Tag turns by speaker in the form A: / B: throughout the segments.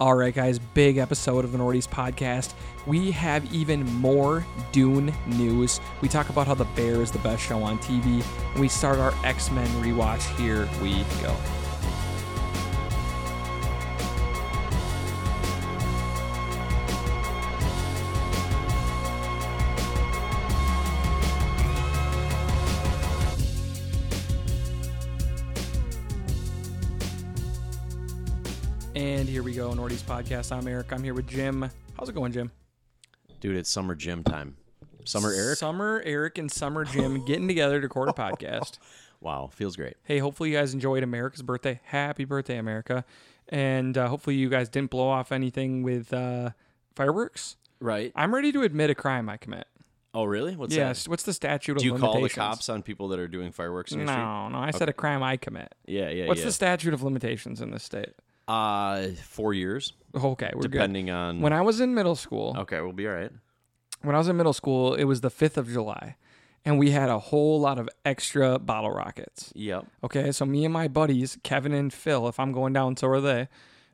A: All right, guys, big episode of the Nordies podcast. We have even more Dune news. We talk about how The Bear is the best show on TV, and we start our X Men rewatch. Here we go. And here we go, Nordy's podcast. I'm Eric. I'm here with Jim. How's it going, Jim?
B: Dude, it's summer gym time. Summer Eric?
A: Summer Eric and Summer Jim getting together to record a podcast.
B: Wow, feels great.
A: Hey, hopefully you guys enjoyed America's birthday. Happy birthday, America! And uh, hopefully you guys didn't blow off anything with uh, fireworks.
B: Right.
A: I'm ready to admit a crime I commit.
B: Oh, really? What's
A: Yes. What's the statute
B: that?
A: of
B: Do you
A: limitations?
B: call the cops on people that are doing fireworks in your street?
A: No, no. I said a crime I commit.
B: Yeah, yeah,
A: What's
B: yeah.
A: the statute of limitations in this state?
B: Uh, four years,
A: Okay, we're
B: depending on.
A: good. When I was in middle school,
B: okay, we'll be all right.
A: when I was in middle school, it was the 5th of July, and we had a whole lot of extra bottle rockets.
B: Yep.
A: Okay, so me and my buddies, Kevin and Phil, if I'm going down, so are they.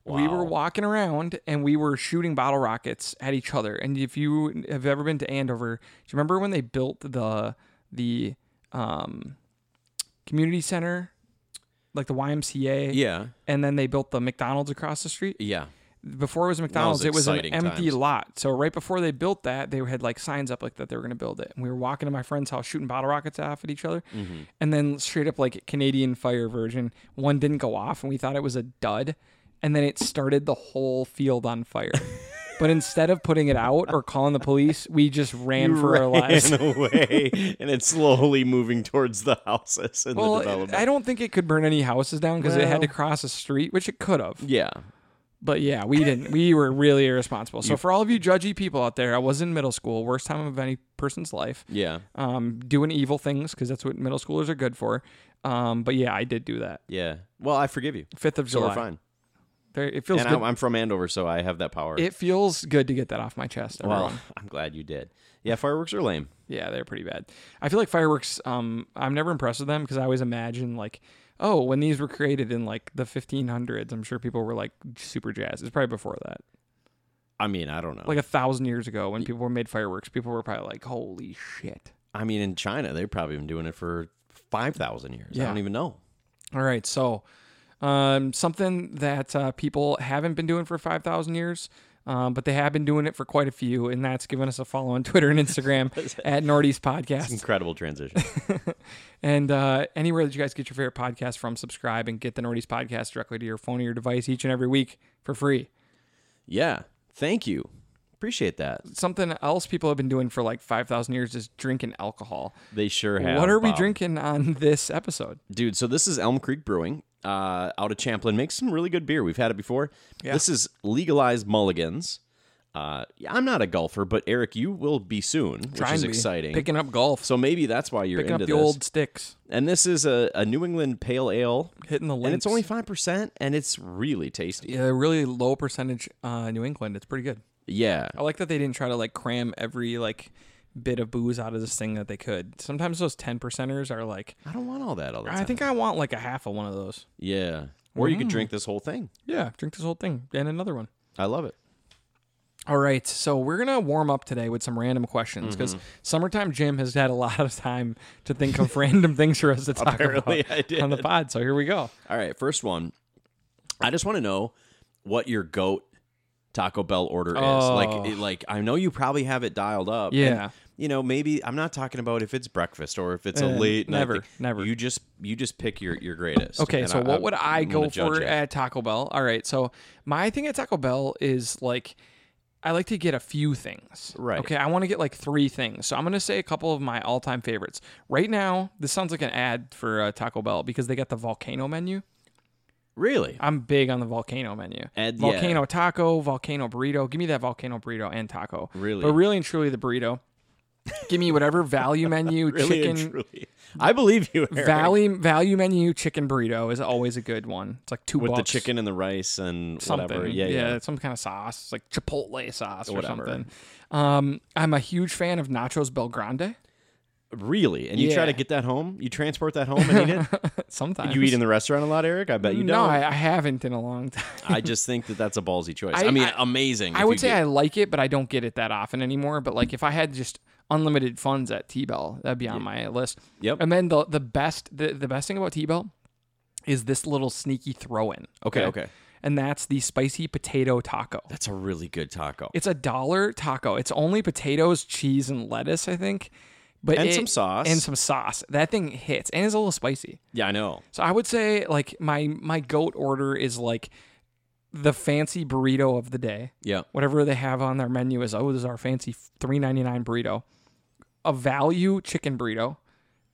A: We were walking around and we were shooting bottle rockets at each other. And if you have ever been to Andover, do you remember when they built the the um, community center, like the YMCA?
B: Yeah.
A: And then they built the McDonald's across the street
B: Yeah.
A: before it was McDonald's, it was an
B: exciting
A: empty
B: times.
A: lot. So right before they built that, they had like signs up like that they were going to build it. And we were walking to my friend's house, shooting bottle rockets off at each other,
B: Mm-hmm.
A: and then straight up like Canadian Fire version, one didn't go off, and we thought it was a dud, and then it started the whole field on fire. but instead of putting it out or calling the police, we just ran for our lives.
B: In a way, and it's slowly moving towards the houses and the
A: Well,
B: development.
A: I don't think it could burn any houses down because it had to
B: Well-
A: cross a street, which it could have.
B: yeah.
A: But yeah, we didn't. We were really irresponsible. So for all of you judgy people out there, I was in middle school, worst time of any person's life.
B: Yeah.
A: Um, doing evil things because that's what middle schoolers are good for. Um, but yeah, I did do that.
B: Yeah. Well, I forgive you.
A: Fifth of
B: So
A: July.
B: we're fine.
A: There, it feels
B: And
A: good.
B: I'm, I'm from Andover, so I have that power.
A: it feels good to get that off my chest. Everyone.
B: well, I'm glad you did. Yeah, fireworks are lame.
A: Yeah, they're pretty bad. I feel like fireworks. Um, I'm never impressed with them because I always imagine like, oh, when these were created in like the 1500s, I'm sure people were like super jazzed. It's probably before that.
B: I mean, I don't know.
A: Like a thousand years ago, when people were made fireworks, people were probably like, holy shit.
B: I mean, in China, they've probably been doing it for 5,000 years.
A: Yeah.
B: I don't even know.
A: All right, so um, something that uh, people haven't been doing for 5,000 years, um, but they have been doing it for quite a few, and that's given us a follow on Twitter and Instagram at Nordy's Podcast.
B: Incredible transition.
A: And uh, anywhere that you guys get your favorite podcast from, subscribe and get the Nordy's Podcast directly to your phone or your device each and every week for free.
B: yeah. Thank you. Appreciate that.
A: Something else people have been doing for like 5,000 years is drinking alcohol.
B: They sure have.
A: what are we
B: Bob.
A: drinking on this episode?
B: Dude, so this is Elm Creek Brewing uh, out of Champlin. Makes some really good beer. We've had it before. This is legalized mulligans. Uh, yeah, I'm not a golfer, but Eric, you will be soon, which is
A: Trying to be
B: exciting.
A: Picking up golf,
B: so maybe that's why you're
A: picking up
B: into
A: the
B: this.
A: old sticks,
B: and this is a, a New England Pale Ale,
A: hitting the links.
B: and it's only five percent, and it's really tasty.
A: Yeah, really low percentage uh, New England. It's pretty good.
B: Yeah,
A: I like that they didn't try to like cram every like bit of booze out of this thing that they could. Sometimes those ten percenters are like,
B: I don't want all that all the time.
A: I think I want like a half of one of those.
B: Yeah. Or you could
A: Mm.
B: drink this whole thing.
A: Yeah, drink this whole thing and another one.
B: I love it.
A: All right, so we're gonna warm up today with some random questions because
B: Mm-hmm.
A: summertime Jim has had a lot of time to think of random things for us to talk
B: Apparently
A: about
B: I did.
A: on the pod. So here we go.
B: All right, first one. I just want to know what your goat Taco Bell order is.
A: Oh.
B: Like it- like I know you probably have it dialed up. and,
A: Yeah.
B: you know, maybe I'm not talking about if it's breakfast or if it's a late night
A: Eh, never,
B: thing.
A: never.
B: You just you just pick your your greatest.
A: Okay,
B: and
A: so what would I
B: I'm gonna
A: go
B: judge
A: for
B: it.
A: at Taco Bell? All right, so my thing at Taco Bell is like I like to get a few things.
B: Right.
A: Okay, I want to get like three things. So I'm going to say a couple of my all-time favorites. Right now, this sounds like an ad for uh, Taco Bell because they got the volcano menu.
B: Really?
A: I'm big on the volcano menu.
B: And- yeah.
A: volcano taco, volcano burrito. Give me that volcano burrito and taco.
B: Really?
A: But really and truly the burrito. Give me whatever value menu
B: Really
A: chicken
B: and truly. I believe you. Eric.
A: value value menu chicken burrito is always a good one. It's like 2
B: with
A: bucks
B: the chicken and the rice and
A: something.
B: whatever. Yeah, yeah.
A: some kind of sauce, It's like chipotle sauce or
B: Whatever.
A: something. Um, I'm a huge fan of nachos Belgrande.
B: Really? And you try
A: Yeah.
B: to get that home? You transport that home and eat it?
A: Sometimes
B: you eat in the restaurant a lot, Eric? I bet you don't.
A: No, I, I haven't in a long time.
B: I just think that that's a ballsy choice. I,
A: I-
B: mean,
A: I-
B: amazing.
A: I
B: if
A: would
B: you
A: say
B: get-
A: I like it, but I don't get it that often anymore. But like if I had just unlimited funds at T Bell, that'd be on my list.
B: Yep.
A: And then the the best the, the best thing about T Bell is this little sneaky throw in.
B: Okay, okay.
A: And that's the spicy potato taco.
B: that's a really good taco.
A: It's a dollar taco. It's only potatoes, cheese, and lettuce, I think. But
B: And
A: it-
B: some sauce.
A: And some sauce. That thing hits. And it's a little spicy.
B: yeah, I know.
A: So I would say like my my goat order is like the fancy burrito of the day.
B: Yeah.
A: Whatever they have on their menu is oh, this is our fancy three ninety nine burrito, a value chicken burrito,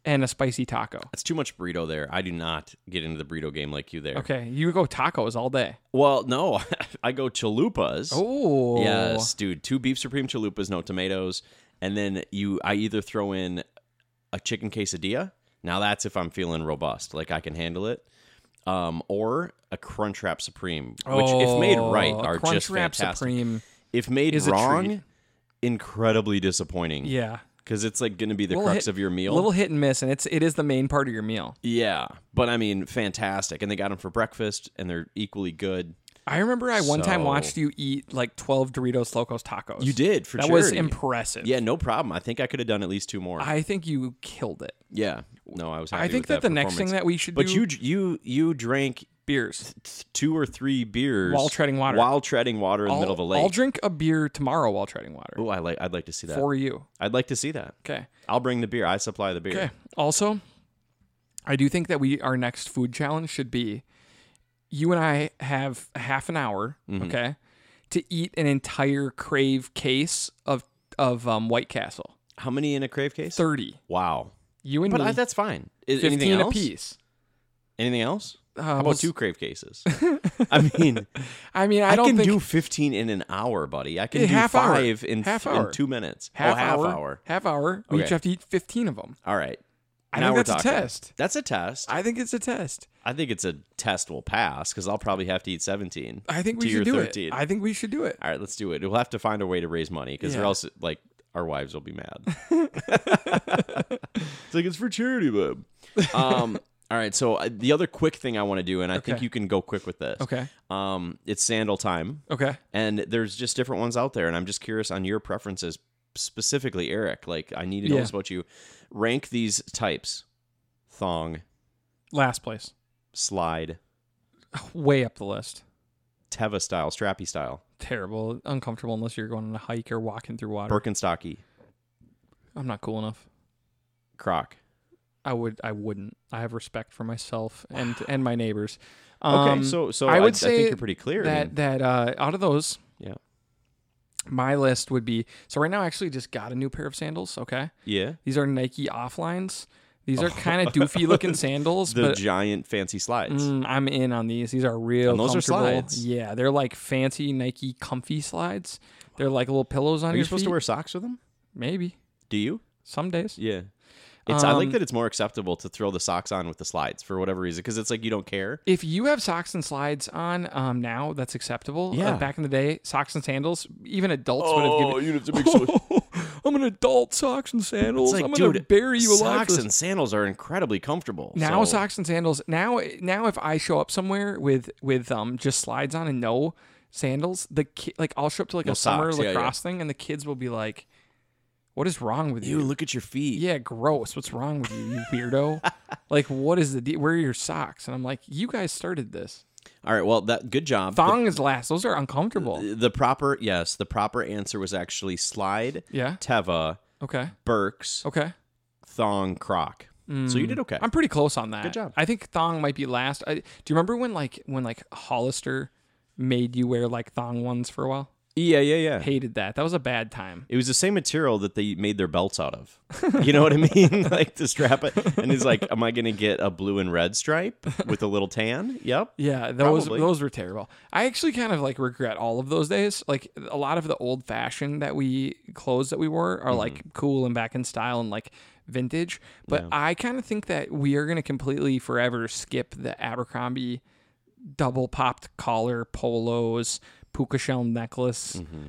A: and a spicy taco.
B: That's too much burrito there. I do not get into the burrito game like you there.
A: Okay, you go tacos all day.
B: Well, no, I go chalupas.
A: Oh,
B: Yes, dude. Two beef supreme chalupas, no tomatoes, and then you. I either throw in a chicken quesadilla. Now that's if I'm feeling robust, like I can handle it. Um, or a Crunchwrap Supreme, which if made right
A: Oh,
B: are just
A: Crunchwrap
B: fantastic.
A: Supreme.
B: If made
A: is a treat.
B: wrong, incredibly disappointing.
A: Yeah,
B: because it's like going to be the
A: Little
B: crux
A: hit-
B: of your meal.
A: little hit and miss, and it's it is the main part of your meal.
B: yeah, but I mean, fantastic. And they got them for breakfast, and they're equally good.
A: I remember I one time
B: So-
A: watched you eat like twelve Doritos Locos tacos.
B: You did for
A: That was
B: charity.
A: impressive.
B: yeah, no problem. I think I could have done at least two more.
A: I think you killed it.
B: Yeah. No, I was. Happy
A: I think
B: with
A: that,
B: that,
A: the next
B: performance.
A: thing that we should
B: But
A: do
B: you you you drank
A: beers.
B: th- two or three beers
A: While treading water.
B: While treading water in the
A: I'll,
B: middle of a
A: I'll
B: lake.
A: drink a beer tomorrow while treading water
B: Oh, I like. I'd like to see that.
A: for you.
B: I'd like to see that.
A: Okay.
B: I'll bring the beer. I supply the beer.
A: Okay. Also, I do think that we our next food challenge should be you and I have half an hour,
B: Mm-hmm.
A: okay, to eat an entire crave case of of um, White Castle.
B: How many in a crave case?
A: Thirty.
B: Wow.
A: You and
B: But
A: me.
B: I, that's fine. Is, anything
A: Fifteen
B: else?
A: apiece.
B: Anything else? How
A: Uh, we'll
B: about
A: s-
B: two crave cases? I mean,
A: I mean, I,
B: I,
A: don't
B: can
A: think
B: do fifteen in an hour, buddy. I can
A: Eh,
B: do
A: half hour.
B: five in,
A: Half
B: in
A: hour.
B: two minutes. Oh,
A: half,
B: half
A: hour,
B: hour.
A: half hour. We each
B: Okay.
A: have to eat fifteen of them.
B: All right.
A: I
B: Now
A: think
B: we're
A: that's a
B: talking.
A: test.
B: That's a test.
A: I think it's a test.
B: I think it's a test we'll pass because I'll probably have to eat 17.
A: I think
B: to
A: we
B: your
A: should do
B: 13.
A: it. I think we should do it.
B: All right, let's do it. We'll have to find a way to raise money because or
A: Yeah.
B: else, like, our wives will be mad. it's like, it's for charity, babe. Um, all right, so uh, the other quick thing I want to do, and I think
A: Okay.
B: you can go quick with this.
A: Okay.
B: Um, it's sandal time,
A: Okay.
B: and there's just different ones out there, and I'm just curious on your preferences, specifically, Eric. Like, I need to know
A: Yeah.
B: this about you. Rank these types: thong,
A: Last place.
B: slide,
A: Way up the list.
B: Teva style, strappy style,
A: Terrible. Uncomfortable unless you're going on a hike or walking through water.
B: Birkenstocky,
A: I'm not cool enough.
B: croc.
A: I would I wouldn't. I have respect for myself and and my neighbors.
B: Okay,
A: Um,
B: so so
A: I
B: I,
A: would
B: I
A: say
B: think you're pretty clear. I
A: that
B: mean,
A: that uh out of those
B: yeah,
A: my list would be so right now I actually just got a new pair of sandals, okay?
B: yeah.
A: These are Nike offlines. These are kind of doofy looking sandals,
B: The
A: but
B: giant fancy slides.
A: Mm, I'm in on these. These are real.
B: And those are
A: comfortable.
B: slides.
A: Yeah, they're like fancy Nike comfy slides. They're like little pillows on
B: Are
A: your
B: you supposed
A: feet.
B: to wear socks with them?
A: Maybe
B: Do you?
A: some days.
B: Yeah. It's I like
A: Um,
B: that it's more acceptable to throw the socks on with the slides for whatever reason because it's like you don't care.
A: If you have socks and slides on um, now, that's acceptable. Uh,
B: Yeah. Oh,
A: back in the day, socks and sandals, even adults would have given.
B: you have to make
A: I'm an adult socks and sandals.
B: It's like,
A: I'm gonna
B: dude,
A: bury you alive. for
B: socks
A: this."
B: and sandals are incredibly comfortable.
A: now
B: so-
A: socks and sandals. Now now if I show up somewhere with with um just slides on and no sandals, the ki- like I'll show up to like a summer
B: socks, yeah, yeah.
A: lacrosse thing and the kids will be like, "What is wrong with you?"
B: Ew, look at your feet.
A: Yeah, gross. What's wrong with you, you weirdo? like, what is the de- where are your socks? And I'm like, you guys started this.
B: All right. Well, that good job. The-
A: Thong is last. Those are uncomfortable.
B: the proper yes, the proper answer was actually slide,
A: Yeah.
B: Teva,
A: Okay.
B: Burks,
A: Okay.
B: thong, croc. So you did okay.
A: Mm. I'm pretty close on that.
B: Good job.
A: I think thong might be last. I, do you remember when like when like Hollister made you wear like thong ones for a while?
B: yeah, yeah, yeah.
A: Hated that. That was a bad time.
B: It was the same material that they made their belts out of. You know what I mean? like to strap it. And he's like, Am I going to get a blue and red stripe with a little tan? Yep.
A: Yeah, those
B: Probably.
A: those were terrible. I actually kind of like regret all of those days. Like a lot of the old fashioned that we clothes that we wore
B: Mm-hmm.
A: are like cool and back in style and like vintage. But I kind of think that we are gonna completely forever skip the Abercrombie double popped collar polos, puka shell necklace.
B: Mm-hmm.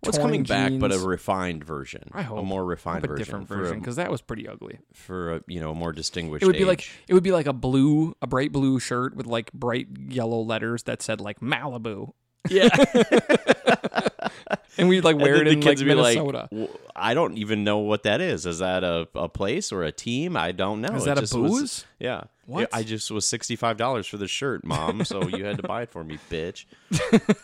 B: What's
A: torn
B: coming back, but a
A: jeans.
B: refined version.
A: I hope.
B: a more
A: Hope
B: refined
A: a
B: version,
A: different version
B: for, a,
A: because that was pretty ugly.
B: for a, you know a more distinguished.
A: It would be like
B: age.
A: it would be like a blue, a bright blue shirt with like bright yellow letters that said like Malibu,
B: yeah.
A: and we'd like wear it
B: And then
A: in like
B: would
A: Minnesota.
B: Be like, "W- I don't even know what that is. Is that a, a place or a team? I don't know.
A: Is
B: "Oh, It
A: that a
B: just was-
A: booze?
B: yeah.
A: What?
B: I just was sixty five dollars for the shirt, mom. So you had to buy it for me, bitch.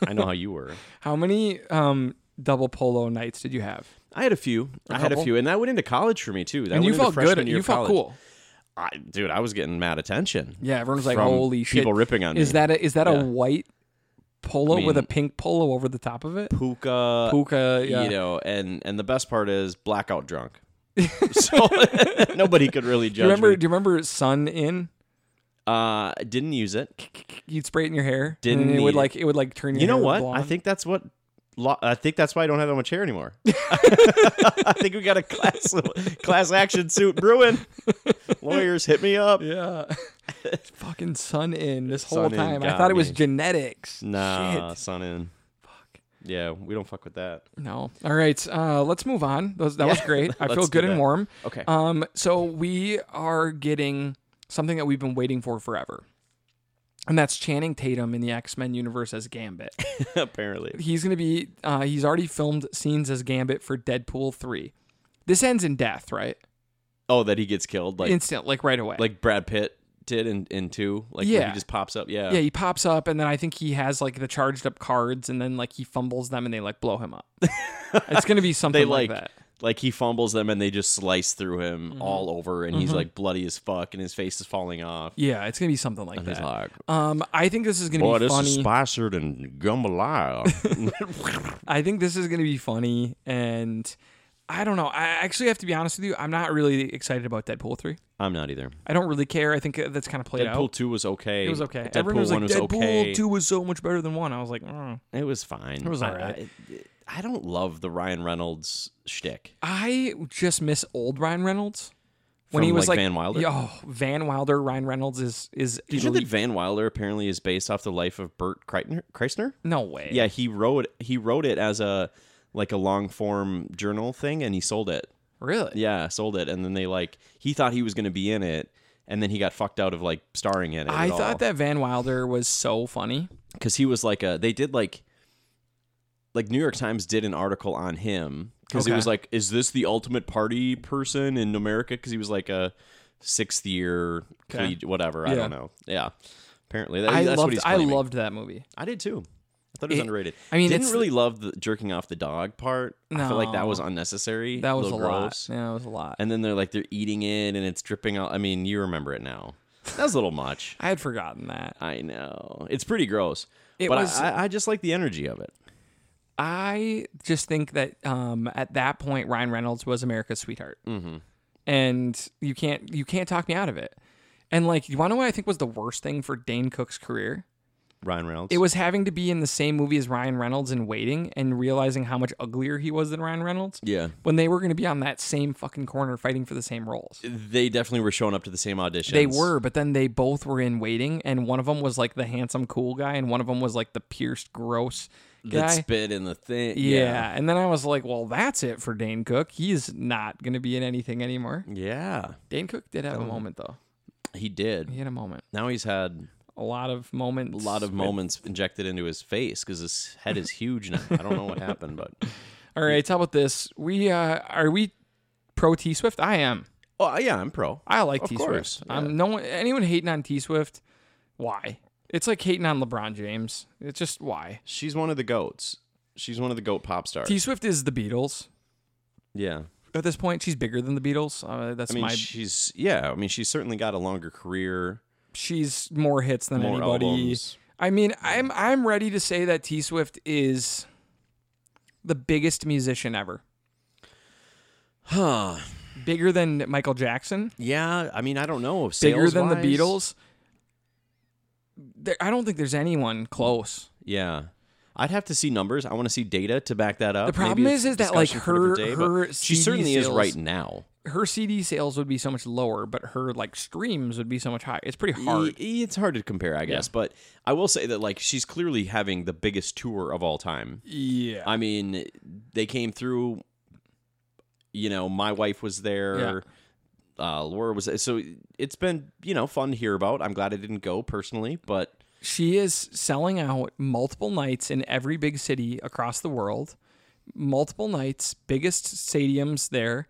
B: I know how you were.
A: How many um double polo nights did you have?
B: I had a few. I had a
A: couple?
B: few, and that went into college for me too. That
A: And
B: went
A: you
B: into
A: felt
B: freshman
A: good.
B: year
A: You
B: of
A: felt
B: college.
A: cool.
B: I, dude, I was getting mad attention.
A: Yeah, everyone's like,
B: from
A: "Holy shit!"
B: people ripping on
A: is
B: me.
A: that a, is that
B: Yeah.
A: a white polo with a
B: mean-
A: pink polo over the top of it?
B: Puka,
A: Puka, yeah.
B: you know, and and the best part is blackout drunk. so nobody could really
A: do
B: judge.
A: you remember?
B: me.
A: Do you remember sun in?
B: Uh, didn't use it.
A: You'd spray it in your hair.
B: Didn't
A: and then it would
B: need it.
A: like it would like turn your
B: You know
A: hair
B: what? I
A: blonde.
B: think that's what. Lo- I think that's why I don't have that much hair anymore. I think we got a class class action suit brewing. Lawyers, hit me up.
A: Yeah. Fucking sun in this whole
B: Sun in
A: time. I
B: got
A: thought it was
B: me.
A: genetics.
B: Nah,
A: Shit.
B: son in.
A: Fuck.
B: Yeah, we don't fuck with that.
A: No. All right. Uh, let's move on. Those, that was
B: Yeah,
A: great. I feel
B: let's do
A: good and
B: that.
A: warm.
B: Okay.
A: Um, so we are getting something that we've been waiting for forever. And that's Channing Tatum in the X Men universe as Gambit.
B: Apparently.
A: he's going to be, uh, he's already filmed scenes as Gambit for Deadpool 3. This ends in death, right?
B: Oh, that he gets killed like
A: Instant, like right away.
B: like Brad Pitt did in in two. Like when
A: Yeah.
B: he just pops up. Yeah.
A: yeah, he pops up, and then I think he has like the charged up cards, and then like he fumbles them, and they like blow him up. it's gonna be something
B: they
A: like,
B: like
A: that.
B: like he fumbles them and they just slice through him
A: Mm-hmm.
B: all over and he's like bloody as fuck and his face is falling off.
A: Yeah, it's gonna be something like
B: He's
A: that.
B: like,
A: Um, I think this is gonna
B: boy,
A: be
B: this is
A: funny.
B: sponsored and jambalaya.
A: I think this is gonna be funny, and I don't know. I actually have to be honest with you. I'm not really excited about Deadpool three.
B: I'm not either.
A: I don't really care. I think uh, that's kind of played
B: Deadpool
A: out.
B: two was okay.
A: It was okay.
B: Deadpool
A: Everyone was like,
B: one was
A: Deadpool
B: okay.
A: two was so much better than one. I was like, mm.
B: It was fine. It
A: was all right.
B: I, I, I don't love the Ryan Reynolds shtick.
A: I just miss old Ryan Reynolds when
B: From,
A: he was
B: like,
A: like,
B: Van Wilder?
A: Yeah, Oh, Van Wilder. Ryan Reynolds is is
B: Did you know that Van Wilder apparently is based off the life of Bert Kreitner? Kreisner?
A: No way.
B: Yeah, he wrote he wrote it as a like a long form journal thing, and he sold it.
A: Really?
B: Yeah, sold it, and then they like he thought he was going to be in it, and then he got fucked out of like starring in it.
A: I thought that Van Wilder was so funny.
B: because he was like a they did like like New York Times did an article on him because
A: Okay.
B: it was like is this the ultimate party person in America because he was like a sixth year
A: Okay.
B: collegiate- whatever
A: Yeah.
B: I don't know yeah apparently that,
A: I
B: that's what
A: loved
B: he's
A: I
B: claiming.
A: loved that movie.
B: I did too. I thought it was
A: It-
B: underrated.
A: I mean,
B: didn't
A: it's-
B: really love the jerking off the dog part. I feel like that was unnecessary.
A: That was a
B: little
A: lot.
B: gross.
A: Yeah, that was a lot.
B: And then they're like they're eating it and it's dripping out. I mean, you remember it now. That was a little much.
A: I had forgotten that.
B: I know it's pretty gross,
A: It
B: but I-
A: was-
B: I, I just like the energy of it.
A: I just think that um, at that point Ryan Reynolds was America's sweetheart, mm-hmm. and you can't you can't talk me out of it. And like, you want to know what I think was the worst thing for Dane Cook's career?
B: Ryan Reynolds.
A: It was having to be in the same movie as Ryan Reynolds and waiting and realizing how much uglier he was than Ryan Reynolds
B: yeah.
A: when they were going to be on that same fucking corner fighting for the same roles.
B: They definitely were showing up to the same audition.
A: They were, but then they both were in waiting, and one of them was like the handsome, cool guy, and one of them was like the pierced, gross
B: that
A: guy.
B: spit in the thing.
A: yeah.
B: Yeah.
A: and then I was like, well, that's it for Dane Cook. He's not going to be in anything anymore.
B: Yeah.
A: Dane Cook did have a moment though.
B: He did.
A: He had a moment,
B: Now he's had
A: a lot of moments,
B: a lot of moments injected into his face because his head is huge now. I don't know what happened, but
A: All right, how about this? We uh, are we pro T Swift? I am.
B: oh yeah, I'm pro.
A: I like
B: Of
A: T
B: course,
A: Swift. Um, no one, anyone hating on T Swift, why? It's like hating on LeBron James. It's just why.
B: She's one of the goats. She's one of the goat pop stars.
A: T Swift is the Beatles.
B: yeah.
A: at this point. She's bigger than the Beatles. Uh, that's
B: I mean,
A: my.
B: she's yeah. I mean, she's certainly got a longer career,
A: she's more hits than
B: more
A: anybody.
B: albums.
A: I mean, I'm I'm ready to say that T Swift is the biggest musician ever,
B: Huh?
A: bigger than Michael Jackson,
B: Yeah. I mean, I don't know.
A: bigger than
B: sales-wise,
A: the Beatles. There, I don't think there's anyone close.
B: Yeah. I'd have to see numbers. I want to see data to back that up.
A: The problem
B: Maybe
A: is-
B: it's
A: is that, like,
B: discussion for a different
A: her-
B: but
A: her
B: she
A: CD
B: certainly is
A: sales-
B: right now.
A: Her CD sales would be so much lower, but her like streams would be so much higher. It's pretty hard.
B: E- e- It's hard to compare, I guess, but I will say that like she's clearly having the biggest tour of all time.
A: Yeah.
B: I mean, they came through. You know, my wife was there. Uh, Laura was there. so it's been you know fun to hear about. I'm glad I didn't go personally, but
A: She is selling out multiple nights in every big city across the world. Multiple nights, biggest stadiums there.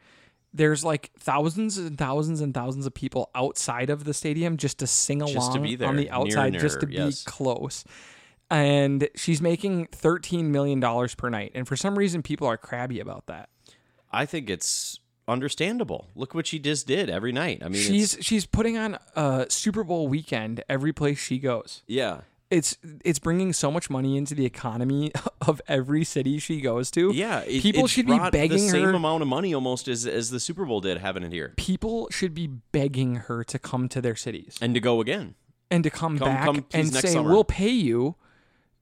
A: There's like thousands and thousands and thousands of people outside of the stadium just to sing along
B: to be
A: on
B: there,
A: the
B: near
A: outside,
B: and
A: just to
B: near, yes.
A: be close. And she's making thirteen million dollars per night. And for some reason, people are crabby about that.
B: I think it's understandable. Look what she just did every night. I mean, it's,
A: She's she's putting on a Super Bowl weekend every place she goes.
B: yeah,
A: It's it's bringing so much money into the economy of every city she goes to.
B: yeah. it-
A: people
B: it
A: should be
B: brought the
A: begging
B: same
A: her.
B: amount of money almost as as the Super Bowl did having it here,
A: People should be begging her to come to their cities
B: and to go again.
A: and to come, back
B: come, please,
A: and
B: next
A: say,
B: summer."
A: "We'll pay you."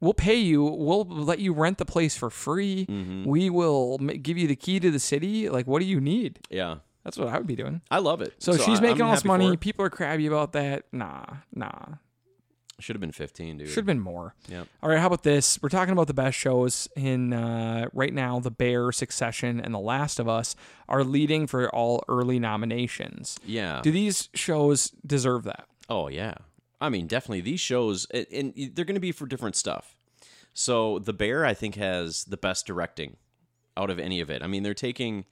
A: We'll pay you. We'll let you rent the place for free.
B: Mm-hmm.
A: We will ma- give you the key to the city. Like, what do you need?
B: Yeah,
A: That's what I would be doing.
B: I love it.
A: So, she's
B: I-
A: making
B: I'm
A: all this
B: happy for
A: money.
B: her.
A: People are crabby about that. Nah, nah.
B: Should have been 15, dude.
A: Should have been more.
B: Yep.
A: All right. How about this? We're talking about the best shows in uh, right now. The Bear, Succession, and The Last of Us are leading for all early nominations.
B: Yeah.
A: Do these shows deserve that?
B: Oh yeah. I mean, definitely these shows, and- and they're going to be for different stuff. So the Bear, I think, has the best directing out of any of it. I mean, they're taking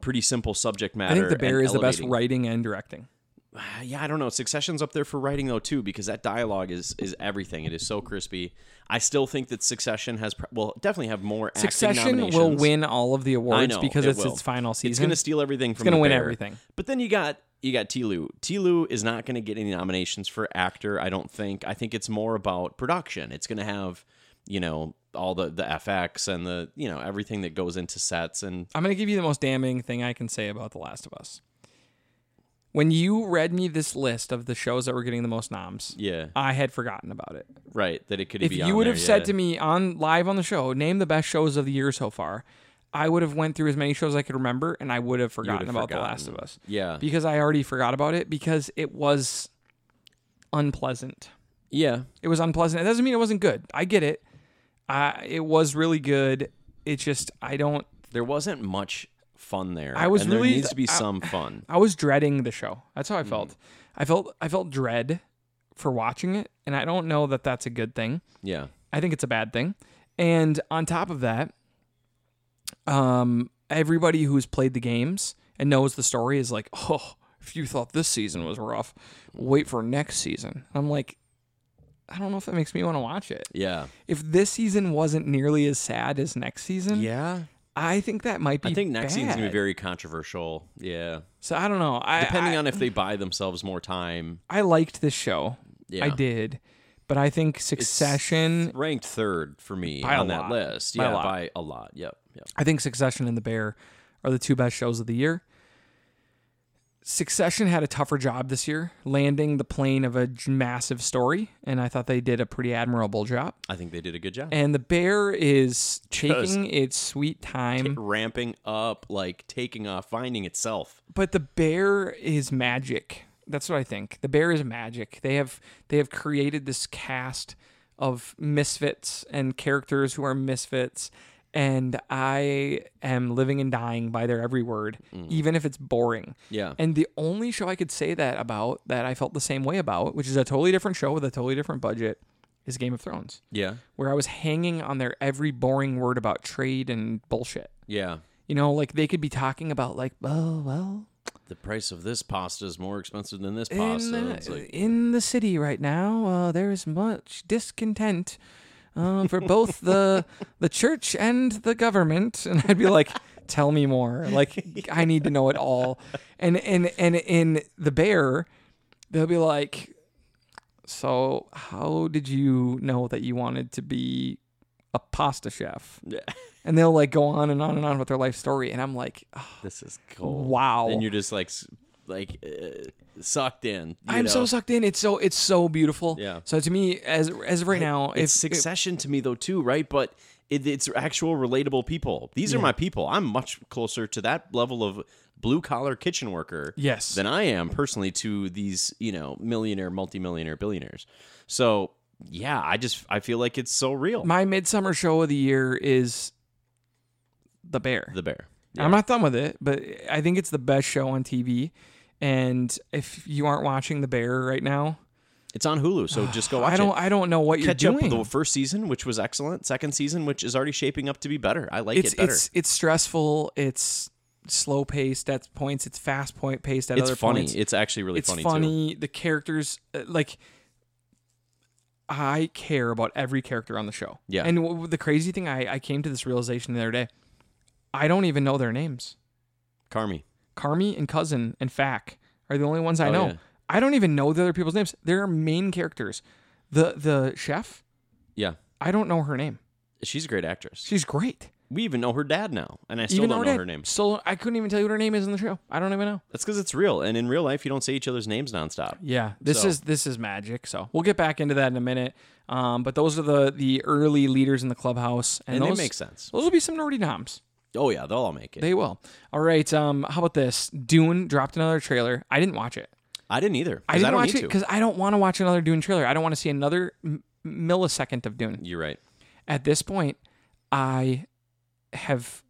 B: pretty simple subject matter.
A: I think The Bear
B: and
A: is the best
B: elevating-
A: writing and directing.
B: Uh, yeah, I don't know. Succession's up there for writing though too, because that dialogue is is everything. It is so crispy. I still think that Succession has pr- will definitely have more. acting
A: Succession will
B: nominations.
A: win all of the awards
B: know,
A: because
B: it
A: it's
B: will.
A: its final
B: It's
A: season.
B: gonna steal everything from.
A: gonna
B: The
A: win
B: Bear.
A: everything.
B: But then you got you got Tilu. Tilu is not gonna get any nominations for actor. I don't think. I think it's more about production. It's gonna have, you know, all the the FX and the you know everything that goes into sets and
A: I'm going to give you the most damning thing I can say about The Last of Us. When you read me this list of the shows that were getting the most noms,
B: yeah,
A: I had forgotten about it.
B: right. That it could
A: if
B: be.
A: you
B: on
A: would
B: there,
A: have said
B: yeah.
A: to me on live on the show, name the best shows of the year so far, I would have went through as many shows I could remember, and I would have
B: You would
A: forgotten
B: have
A: about The
B: forgotten. Uh.
A: Last of Us
B: Yeah,
A: because I already forgot about it because it was unpleasant.
B: yeah.
A: It was unpleasant. It doesn't mean it wasn't good. I get it. I it was really good. It just I don't.
B: There wasn't much fun there.
A: I was
B: and
A: really-
B: there needs to be
A: I-
B: some fun.
A: I was dreading the show. That's
B: Hmm.
A: how I felt. I felt I felt dread for watching it, and I don't know that that's a good thing.
B: Yeah,
A: I think it's a bad thing. And on top of that, um, everybody who's played the games and knows the story is like, oh, if you thought this season was rough, wait for next season. I'm like, I don't know if that makes me want to watch it.
B: yeah,
A: If this season wasn't nearly as sad as next season,
B: yeah.
A: I think that might be.
B: I think next season's gonna be
A: bad.
B: very controversial. Yeah.
A: So I don't know. I,
B: depending
A: I,
B: on if they buy themselves more time.
A: I liked this show.
B: Yeah.
A: I did, but I think Succession
B: Ranked third for me
A: By a
B: on that
A: lot.
B: list.
A: By a
B: yeah,
A: lot.
B: by a lot. Yep. Yep.
A: I think Succession and The Bear are the two best shows of the year. Succession had a tougher job this year, landing the plane of a j- massive story, and I thought they did a pretty admirable job.
B: I think they did a good job.
A: And The Bear is taking its sweet time,
B: Ramping up, like taking off, finding itself.
A: but The Bear is magic. That's what I think. The Bear is magic. They have they have created this cast of misfits and characters who are misfits. And I am living and dying by their every word, even if it's boring.
B: Yeah.
A: And the only show I could say that about that I felt the same way about, which is a totally different show with a totally different budget, is Game of Thrones,
B: yeah.
A: where I was hanging on their every boring word about trade and bullshit.
B: Yeah.
A: You know, like they could be talking about like, oh well,
B: The price of this pasta is more expensive than this
A: in
B: pasta. It's
A: the,
B: like,
A: in the city right now, uh, there is much discontent uh, for both the the church and the government, and I'd be like, "Tell me more. Like, I need to know it all." And and and in the bear, they'll be like, "So, how did you know that you wanted to be a pasta chef?"
B: Yeah.
A: And they'll like go on and on and on with their life story, and I'm like, "Ah,
B: this is cold.
A: "Wow."
B: And you're just like, s- like uh, sucked in. you
A: I'm so
B: know?
A: sucked in. It's so it's so beautiful.
B: Yeah.
A: So to me, as as of right now,
B: it's
A: if it-
B: succession to me though too right but it, it's actual relatable people these are my people i'm much closer to that level of blue collar kitchen worker
A: Yes.
B: than i am personally to these you know millionaire multimillionaire billionaires so yeah i just i feel like it's so real
A: my midsummer show of the year is the bear.
B: The bear.
A: I'm not done with it, but I think it's the best show on TV. And if you aren't watching The Bear right now,
B: It's on Hulu, so just go watch
A: I don't.
B: it.
A: I don't know what
B: Catch
A: you're
B: up
A: doing.
B: with the first season, which was excellent. Second season, which is already shaping up to be better. I like
A: it's
B: it better.
A: it's it's stressful. It's slow paced at points. It's fast point paced at
B: It's
A: other
B: funny.
A: points.
B: It's actually really
A: it's funny.
B: funny, too.
A: The characters, uh, like, I care about every character on the show.
B: Yeah.
A: And w- w- the crazy thing, I I came to this realization the other day. I don't even know their names.
B: Carmi.
A: Carmi and cousin and Fac are the only ones I
B: Oh,
A: know.
B: yeah.
A: I don't even know the other people's names. They're main characters. The the chef,
B: Yeah.
A: I don't know her name.
B: She's a great actress.
A: She's great.
B: We even know her dad now, and I still
A: even
B: don't
A: though
B: know her
A: dad-
B: name.
A: Still, I couldn't even tell you what her name is in the show. I don't even know.
B: That's because it's real, and in real life, you don't say each other's names nonstop.
A: Yeah, this
B: So-
A: is this is magic. So we'll get back into that in a minute. Um, but those are the the early leaders in the clubhouse, and,
B: And they
A: those
B: make sense.
A: Those will be some nerdy noms.
B: Oh yeah, they'll all make it.
A: They will. All right. Um, how about this? Dune dropped another trailer. I didn't watch it.
B: I didn't either. 'cause
A: I didn't
B: don't
A: watch
B: need
A: it
B: to.
A: because I don't want to watch another Dune trailer. I don't want to see another m- millisecond of Dune.
B: You're right.
A: at this point, I have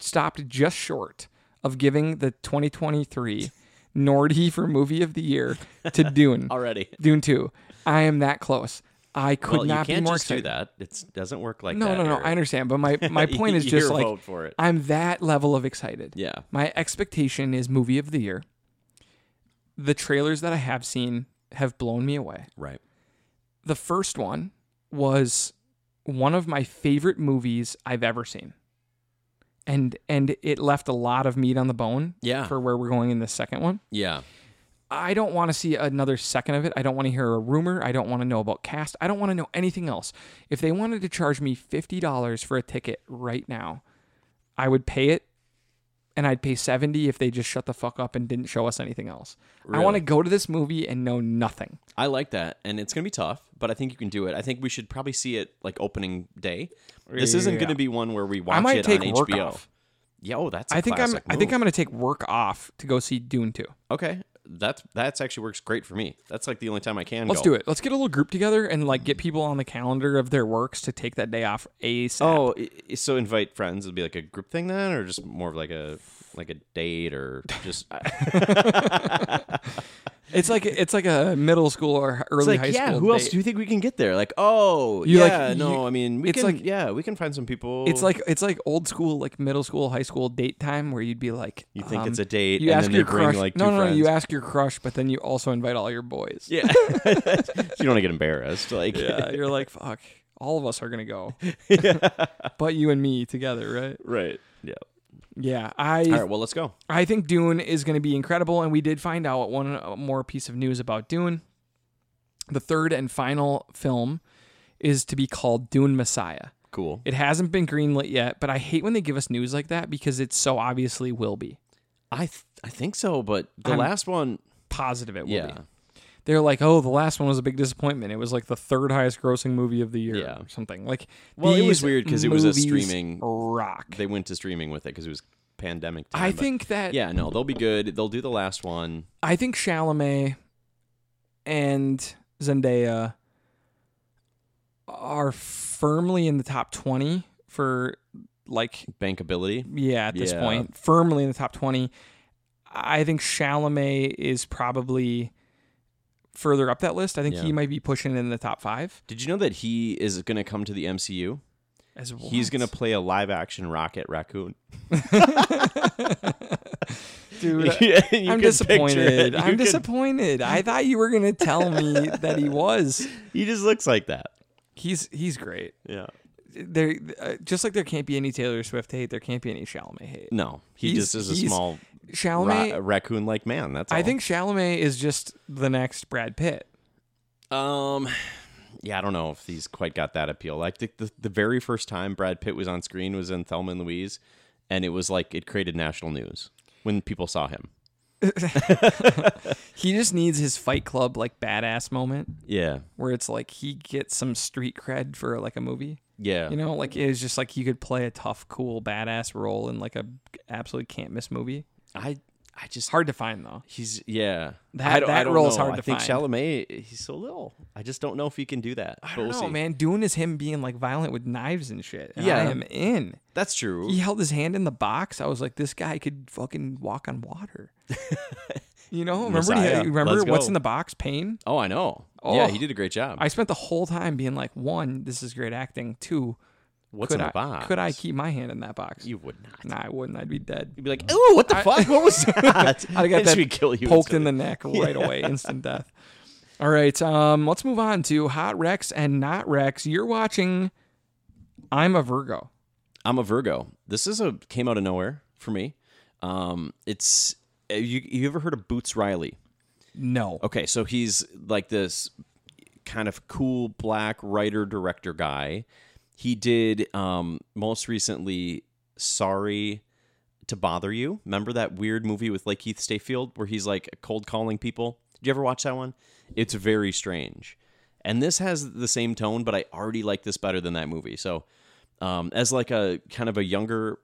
A: stopped just short of giving the 2023 Nordy for Movie of the Year to Dune.
B: Already.
A: Dune 2. I am that close. I could
B: well,
A: not
B: you can't
A: be more
B: just
A: excited.
B: do that. It doesn't work like
A: No,
B: that.
A: no, no.
B: Eric.
A: I understand, but my my point is
B: Your
A: just like
B: vote for it.
A: I'm that level of excited.
B: Yeah.
A: My expectation is Movie of the Year. The trailers that I have seen have blown me away.
B: Right.
A: The first one was one of my favorite movies I've ever seen. And and it left a lot of meat on the bone
B: Yeah.
A: for where we're going in the second one.
B: Yeah.
A: I don't want to see another second of it. I don't want to hear a rumor. I don't want to know about cast. I don't want to know anything else. If they wanted to charge me $50 for a ticket right now, I would pay it and I'd pay 70 if they just shut the fuck up and didn't show us anything else. I want to go to this movie and know nothing.
B: I like that, and it's gonna be tough, but I think you can do it. I think we should probably see it like opening day. This isn't
A: Yeah.
B: gonna be one where we watch
A: might
B: it
A: take
B: on
A: work
B: HBO.
A: off.
B: Yeah, oh, that's. I
A: I think I'm I think I'm going to take work off to go see Dune 2.
B: okay. That's that's actually works great for me. That's like the only time I can.
A: Let's
B: go.
A: do it. Let's get a little group together and like get people on the calendar of their works to take that day off ASAP.
B: Oh, i- i- so invite friends. It'd be like a group thing then, or just more of like a like a date, or just
A: It's like it's like a middle school or early
B: It's
A: high
B: like, yeah,
A: school.
B: who
A: date.
B: else do you think we can get there? Like, oh,
A: You, like,
B: yeah, no,
A: you-
B: I mean, we
A: it's
B: can,
A: like-
B: yeah, we can find some people.
A: It's like it's like old school, like middle school, high school date time where you'd be like,
B: You think
A: um,
B: it's a date,
A: You
B: and
A: ask
B: then
A: your
B: they bring,
A: crush.
B: like,
A: no,
B: two
A: no, no, you
B: friends.
A: ask your crush, but then you also invite all your boys.
B: yeah, you don't get embarrassed. Like,
A: Yeah, you're like, fuck, all of us are gonna go, but you and me together, right?
B: right, yeah.
A: Yeah, I
B: All right, well, let's go.
A: I think Dune is going to be incredible, and we did find out one uh, more piece of news about Dune. The third and final film is to be called Dune Messiah.
B: Cool.
A: It hasn't been greenlit yet, but I hate when they give us news like that because it so obviously will be
B: I th- I think so, but the
A: I'm-
B: last one,
A: positive. It will
B: yeah,
A: be. They're like, oh, the last one was a big disappointment. It was like the third highest grossing movie of the year,
B: Yeah.
A: or something. Like,
B: Well, it was
A: these
B: weird 'cause it was a
A: movies
B: streaming-
A: rock.
B: they went to streaming with it because it was pandemic time.
A: I
B: but-
A: think that
B: yeah, no, they'll be good. They'll do the last one.
A: I think Chalamet and Zendaya are firmly in the top 20 for like
B: Bankability,
A: yeah at this
B: Yeah.
A: point firmly in the top 20. I think Chalamet is probably further up that list. I think he
B: Yeah.
A: might be pushing in the top 5
B: Did you know that he is going to come to the MCU?
A: as well.
B: He's going to play a live action Rocket Raccoon.
A: Dude,
B: Yeah, you
A: uh, I'm
B: can picture it.
A: disappointed.
B: You
A: I'm
B: can-
A: disappointed. I thought you were going to tell me that he was.
B: He just looks like that.
A: He's he's great.
B: Yeah.
A: there uh, just like there can't be any Taylor Swift hate, there can't be any Chalamet hate.
B: No, he
A: He's-
B: just is a
A: he's-
B: small
A: Chalamet,
B: raccoon like man. That's all.
A: I think Chalamet is just the next Brad Pitt.
B: Um, yeah, I don't know if he's quite got that appeal. Like the, the the very first time Brad Pitt was on screen was in Thelma and Louise, and it was like it created national news when people saw him.
A: He just needs his Fight Club like badass moment
B: Yeah,
A: where it's like he gets some street cred for like a movie.
B: yeah,
A: You know, like it was just like he could play a tough, cool, badass role in like a absolutely can't miss movie.
B: I. I just
A: Hard to find though.
B: he's yeah.
A: That-
B: I don't, I
A: that
B: don't
A: role's
B: know.
A: hard
B: I
A: to
B: think
A: find.
B: Chalamet he's so little. I just don't know if he can do that.
A: I
B: but
A: don't
B: we'll
A: know,
B: see.
A: man. Dune is him being like violent with knives and shit. and I
B: Yeah.
A: am in.
B: That's true.
A: He held his hand in the box. I was like, this guy could fucking walk on water. you know, remember? he had-
B: Messiah.
A: remember
B: Let's
A: what's
B: go.
A: in the box? Pain.
B: Oh, I know. Yeah,
A: Oh.
B: he did a great job.
A: I spent the whole time being like, one, this is great acting. Two,
B: What's
A: could I
B: in the box?
A: could I keep my hand in that box?
B: You would not.
A: nah, I wouldn't. I'd be dead.
B: You'd be like, "Oh, what the fuck? What was that?"
A: I got
B: And she
A: that
B: would kill you
A: poked in
B: instantly.
A: the neck right away, instant death. All right, um, let's move on to hot Rex and not Rex. You're watching. I'm a Virgo.
B: I'm a Virgo. This is a came out of nowhere for me. Um, it's uh, you. You ever heard of Boots Riley?
A: No.
B: Okay, so he's like this kind of cool black writer director guy. He did um, most recently Sorry to Bother You. Remember that weird movie with like Keith Stayfield where he's like cold calling people? Did you ever watch that one? It's very strange. And this has the same tone, but I already like this better than that movie. So, um, as like a kind of a younger,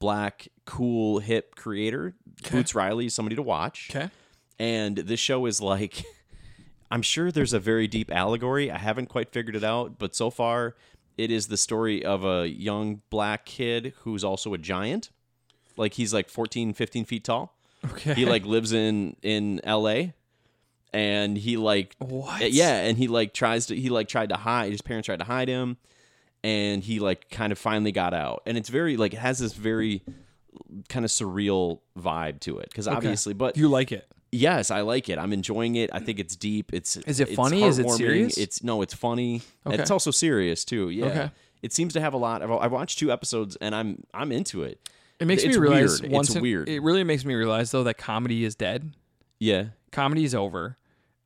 B: black, cool, hip creator, Boots Riley is somebody to watch
A: Okay.
B: and this show is like i'm sure there's a very deep allegory i haven't quite figured it out but so far it is the story of a young black kid who's also a giant like he's like 14 15 feet tall
A: Okay.
B: he like lives in in la and he like
A: What?
B: yeah and he like tries to he like tried to hide his parents tried to hide him and he like kind of finally got out and it's very like it has this very kind of surreal vibe to it because obviously but
A: You like it?
B: Yes, I like it. I'm enjoying it. I think it's deep. It's
A: Is it
B: it's
A: funny? Is it
B: heartwarming.
A: serious?
B: It's no, it's funny. And
A: Okay.
B: It's also serious too. Yeah.
A: Okay.
B: It seems to have a lot. I've, I've watched two episodes and I'm I'm into it.
A: It makes
B: It's
A: me realize
B: weird.
A: once
B: It's
A: in-
B: weird.
A: It really makes me realize though that comedy is dead.
B: Yeah.
A: Comedy is over,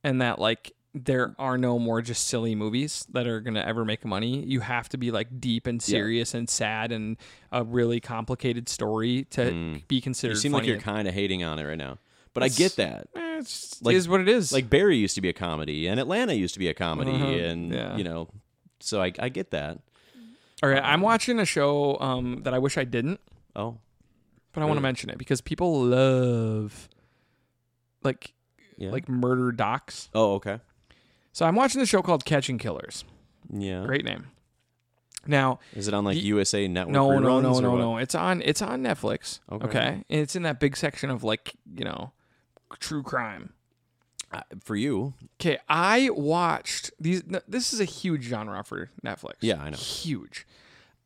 A: and that like there are no more just silly movies that are gonna ever make money. You have to be like deep and serious and sad and a really complicated story to be considered.
B: Hmm. You seem
A: funny.
B: like you're kind of hating on it right now, but I get that.
A: Eh, it's just-
B: Like-
A: is what it is.
B: Like Barry used to be a comedy, and Atlanta used to be a comedy,
A: Uh-huh.
B: and
A: Yeah.
B: you know, so I I get that.
A: all right, I'm watching a show um, that I wish I didn't,
B: Oh,
A: but I want to
B: Really?
A: mention it because people love like
B: yeah.
A: like murder docs.
B: oh, okay.
A: So I'm watching the show called Catching Killers.
B: Yeah.
A: Great name. Now,
B: Is it on like
A: Ye-
B: USA Network?
A: no, no,
B: reruns
A: no,
B: or
A: no,
B: what?
A: no. It's on it's on Netflix. Okay.
B: Okay.
A: And it's in that big section of like, you know, true crime.
B: Uh, For you,
A: Okay, I watched these no, this is a huge genre for Netflix.
B: Yeah, I know.
A: Huge.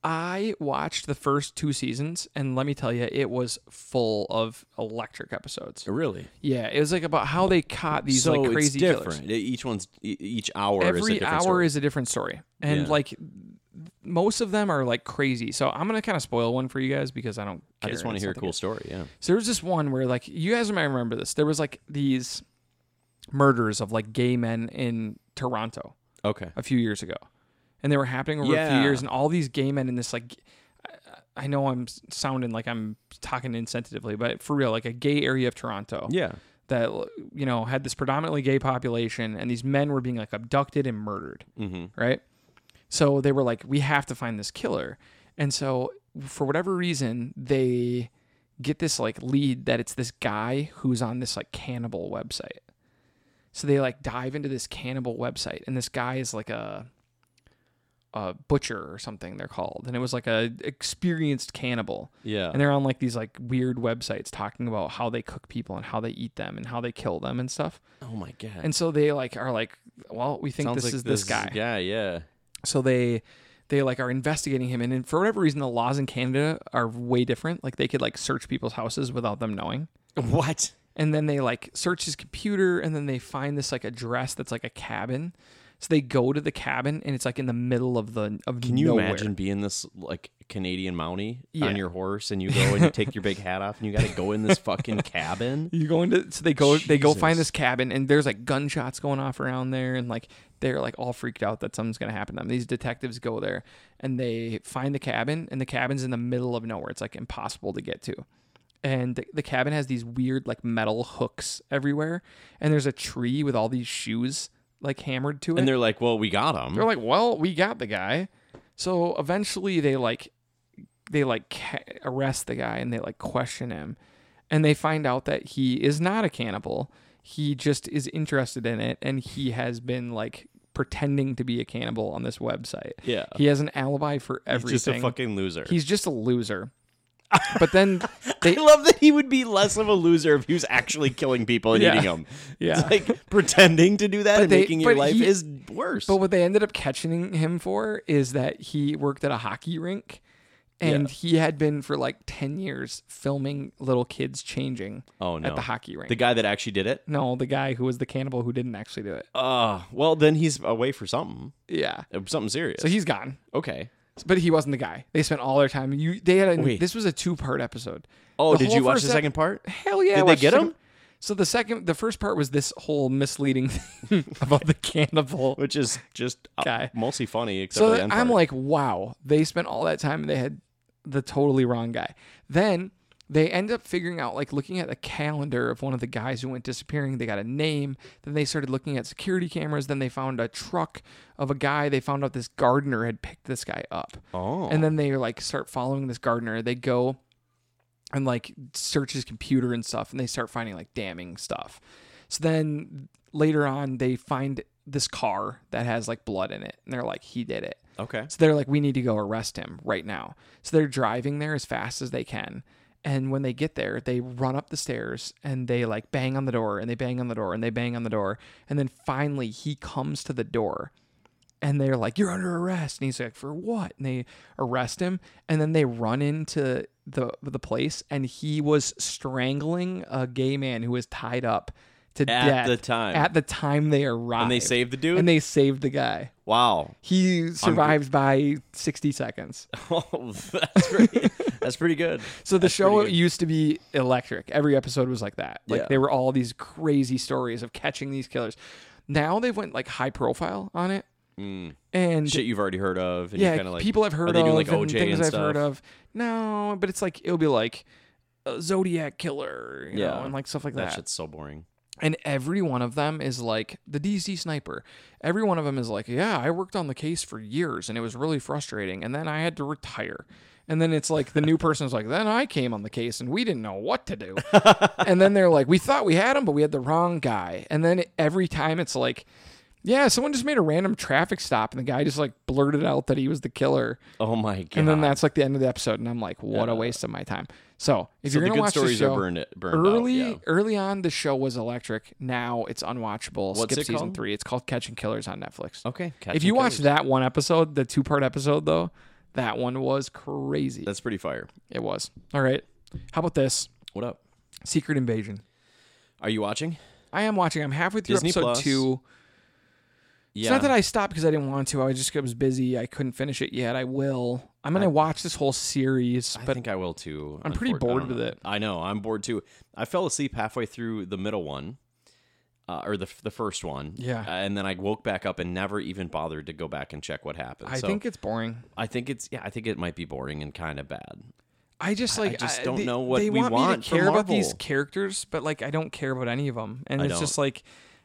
A: I watched the first two seasons and let me tell you, it was full of electric episodes.
B: really.
A: Yeah, it was like about how they caught these
B: so
A: like crazy
B: it's
A: killers.
B: different. E- Each one's e- each hour. is a
A: every
B: different
A: hour
B: story.
A: is a different story and
B: Yeah.
A: like most of them are like crazy so i'm gonna kind of spoil one for you guys because i don't
B: I
A: care.
B: just want to
A: It's
B: hear
A: not
B: a
A: that
B: cool
A: good.
B: story. Yeah.
A: so there was this one where like you guys might remember this there was like these murders of like gay men in toronto
B: Okay.
A: a few years ago and they were happening over a few
B: Yeah.
A: years and all these gay men in this like I- i know i'm s- sounding like i'm talking insensitively but for real like a gay area of toronto
B: Yeah.
A: that you know had this predominantly gay population and these men were being like abducted and murdered
B: Mm-hmm.
A: right? So they were like, we have to find this killer. And so for whatever reason, they get this like lead that it's this guy who's on this like cannibal website. So they like dive into this cannibal website and this guy is like a a butcher or something they're called. And it was like a experienced cannibal.
B: Yeah.
A: And they're on like these like weird websites talking about how they cook people and how they eat them and how they kill them and stuff.
B: oh my god.
A: And so they like are like, well, we think
B: Sounds
A: this
B: like
A: is this guy
B: Yeah. Yeah.
A: so they they like are investigating him and then for whatever reason the laws in canada are way different like they could like search people's houses without them knowing
B: What?
A: and then they like search his computer and then they find this like address that's like a cabin so they go to the cabin and it's like in the middle of the of
B: Can you
A: nowhere.
B: imagine being this like Canadian Mountie
A: Yeah.
B: on your horse and you go and you take your big hat off and you got to go in this fucking cabin?
A: You go into so they go they go find
B: Jesus.
A: this cabin and there's like gunshots going off around there and like they're like all freaked out that something's gonna happen to them. These detectives go there and they find the cabin and the cabin's in the middle of nowhere. It's like impossible to get to. And the, the cabin has these weird like metal hooks everywhere and there's a tree with all these shoes like hammered to it.
B: And they're like, "Well, we got him."
A: They're like, well, we got the guy. So eventually they like, they like ca- arrest the guy and they like question him. and they find out that he is not a cannibal. He just is interested in it, and he has been like pretending to be a cannibal on this website.
B: Yeah.
A: he has an alibi for everything.
B: He's just a fucking loser.
A: He's just a loser. But then
B: I
A: they
B: love that he would be less of a loser if he was actually killing people and
A: Yeah.
B: eating them.
A: Yeah.
B: It's like pretending to do that and
A: they-
B: making your
A: but
B: life
A: he-
B: is worse.
A: But what they ended up catching him for is that he worked at a hockey rink and he had been for like 10 years filming little kids changing
B: Oh, no.
A: at the hockey rink.
B: the guy that actually did it.
A: no, the guy who was the cannibal who didn't actually do it.
B: Uh, well, then he's away for something,
A: Yeah.
B: Uh, something serious.
A: So he's gone.
B: okay.
A: But he wasn't the guy. They spent all their time. You they had a,
B: Wait.
A: this was a two-part episode.
B: Oh,
A: The
B: did
A: whole
B: you watch
A: first
B: the
A: ep-
B: second part?
A: Hell yeah. I
B: Did they
A: watched
B: get
A: the second-
B: him?
A: So the second the first part was this whole misleading thing about the cannibal.
B: Which is just uh,
A: Guy.
B: mostly funny, except
A: So
B: for the end
A: I'm
B: part.
A: like, wow, they spent all that time and they had the totally wrong guy. Then they end up figuring out, like looking at the calendar of one of the guys who went disappearing. They got a name. Then they started looking at security cameras. Then they found a truck of a guy. They found out this gardener had picked this guy up.
B: oh,
A: And then they like start following this gardener. They go and like search his computer and stuff and they start finding like damning stuff. So then later on, they find this car that has like blood in it and they're like, he did it.
B: okay.
A: So they're like, we need to go arrest him right now. So they're driving there as fast as they can. And when they get there, they run up the stairs and they like bang on the door and they bang on the door and they bang on the door. And then finally he comes to the door and they're like, you're under arrest. And he's like, for what? And they arrest him. And then they run into the, the place and he was strangling a gay man who was tied up to
B: At
A: death
B: the time.
A: at the time they arrived.
B: And they saved the dude.
A: and they saved the guy.
B: wow,
A: He survives by 60 seconds.
B: oh, that's pretty. that's pretty good.
A: So the show
B: pretty good.
A: used to be electric. Every episode was like that. Like
B: Yeah.
A: they were all these crazy stories of catching these killers. Now they've went like high profile on it. And
B: Mm. Shit, you've already heard of. And
A: yeah,
B: kind of like
A: people I've heard
B: are they
A: of
B: doing like
A: and
B: OJ
A: things
B: and
A: I've
B: stuff?
A: heard of. No, but it's like it'll be like a Zodiac killer, you know,
B: Yeah.
A: and like stuff like
B: That
A: that.
B: shit's so boring.
A: And every one of them is like the DC sniper. Every one of them is like, yeah, I worked on the case for years and it was really frustrating. And then I had to retire. And then it's like the new person's like, then I came on the case and we didn't know what to do. and then they're like, we thought we had him, but we had the wrong guy. And then every time it's like, yeah, someone just made a random traffic stop and the guy just like blurted out that he was the killer.
B: Oh my god.
A: And then that's like the end of the episode. And I'm like, what a waste of my time. So if
B: so
A: you're going to
B: the good
A: watch
B: stories
A: the show,
B: are burned, it- burned
A: early
B: out. Yeah.
A: early on the show was electric now it's unwatchable
B: What's
A: skip
B: it
A: season
B: called? Oh,
A: three it's called catching killers on netflix
B: Okay.
A: if you watch that one episode the two part episode though that one was crazy
B: that's pretty fire.
A: it was all right how about this
B: What up?
A: secret invasion
B: Are you watching?
A: i am watching i'm halfway through
B: Disney
A: episode
B: Plus.
A: two
B: Yeah.
A: it's not that i stopped because i didn't want to i just was busy i couldn't finish it yet i will i'm gonna watch this whole series
B: I
A: but
B: think I will too.
A: I'm pretty
B: unfor- I
A: bored
B: don't
A: with
B: know.
A: it.
B: I know I'm bored too. I fell asleep halfway through the middle one, uh, or the f- the first one.
A: Yeah.
B: uh, and then I woke back up and never even bothered to go back and check what happened.
A: i
B: so
A: think it's boring
B: I think it's yeah. I think it might be boring and kind of bad.
A: I just like
B: just don't know what
A: they
B: we
A: want,
B: want
A: me to
B: from
A: care about these
B: Marvel.
A: characters, but like I don't care about any of them, and it's
B: don't.
A: just like